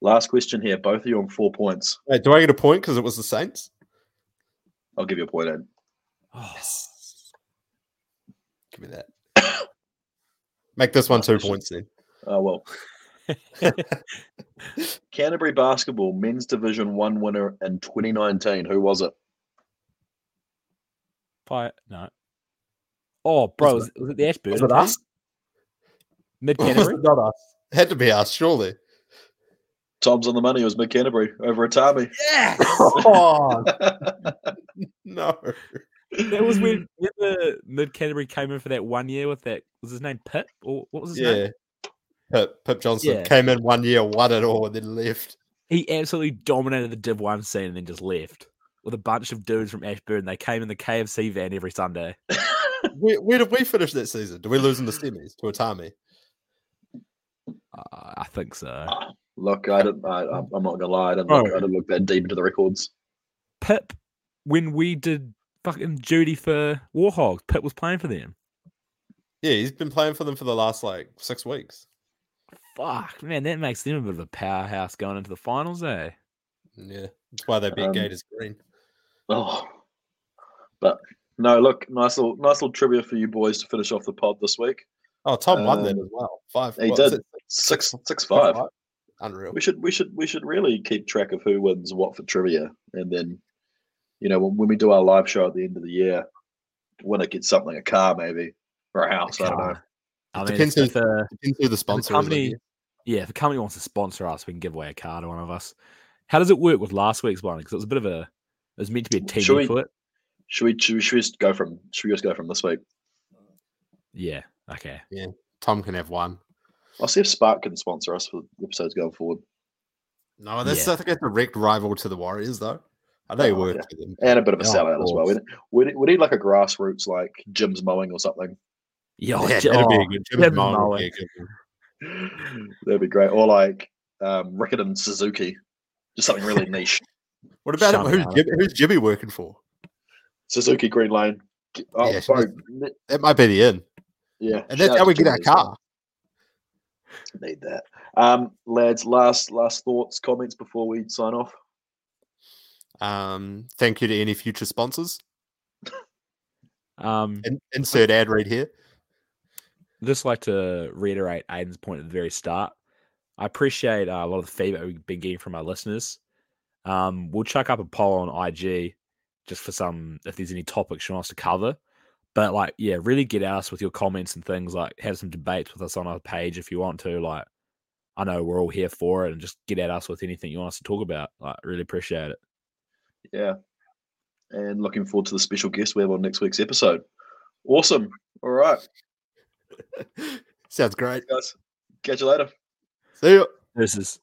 Last question here. Both of you on four points.
Wait, do I get a point because it was the Saints?
I'll give you a point in.
Oh,
Give me that. Make this one two
Actually-
points then.
Oh, well. Canterbury Basketball Men's Division 1 winner in 2019. Who was it?
Pi- no. Oh, bro, was,
Was
was it the Ashburn?
Was it us?
Mid
Was it
Canterbury?
not us? Had to be us, surely.
Tom's on the money. It was mid Canterbury over Atami.
Yes. oh no.
That was
Mm.
when, when the mid Canterbury came in for that one year with that was his name Pip or what was his name?
yeah. Pip, Pip Johnson
Yeah.
came in one year, won it all, and then left.
He absolutely dominated the Div One scene and then just left with a bunch of dudes from Ashburn. They came in the KFC van every Sunday.
Where, where did we finish that season? Did we lose in the semis to Atami?
Uh, I think so.
Look, I didn't, I, I'm I'm not gonna lie, I didn't,
Oh.
look, I didn't look that deep into the records.
Pip, when we did fucking duty for Warhogs, Pip was playing for them.
Yeah, he's been playing for them for the last like six weeks.
Fuck, man, that makes them a bit of a powerhouse going into the finals, eh?
Yeah, that's why they beat
Um,
Gators Green.
Oh, but no, look, nice little, nice little trivia for you boys to finish off the pod this week.
Oh, Tom won that
um,
as well. Five.
he
what was
did.
it?
Six, six, five.
Five, five? Unreal.
We should, we should, we should really keep track of who wins what for trivia, and then, you know, when, when we do our live show at the end of the year, winner gets something, a car maybe, or a house. I don't know.
I mean,
Depends
if, if, uh,
Depends who the sponsor is, I
company-
guess.
yeah, if a company wants to sponsor us, we can give away a car to one of us. How does it work with last week's one? Because it was a bit of a, it was meant to be a team
Should we-
effort.
Should we, should we, should we just go from, should we just go from this week?
Yeah. Okay.
Tom can have one.
I'll see if Spark can sponsor us for the episodes going forward,
No, that's
Yeah.
I think a direct rival to the Warriors, though. I know you
Oh,
work
yeah.
with them.
and a bit of a
Yeah, of
sellout as well. We,
course.
we, need- we need like a grassroots, like Jim's mowing or something.
Yeah,
Yeah,
j-
that'd be
oh,
a good Jim
Jim
Mullen would
Mullen.
be a good one.
That'd be great. Or like um, Rickett and Suzuki, just something really niche.
What about
Shout
who's
out.
Jimmy, who's Jimmy working for?
Suzuki Green Lane. G- Oh,
Yeah,
yeah,
shout- That might be the end.
yeah.
And that's
shout
how
out
we
to
get our
Jimmy as well.
car.
Need that, um, lads. Last last thoughts, comments before we sign off.
Um, thank you to any future sponsors.
um,
In, insert ad read here.
just like to reiterate Aiden's point at the very start. I appreciate uh, a lot of the feedback we've been getting from our listeners. Um, we'll chuck up a poll on IG just for some if there's any topics you want us to cover. But like, yeah, really get at us with your comments and things. Like, have some debates with us on our page if you want to. Like, I know we're all here for it, and just get at us with anything you want us to talk about. Like, really appreciate it.
Yeah, and looking forward to the special guest we have on next week's episode. Awesome. All right,
Sounds great.
guys. Catch you later.
See you.
This is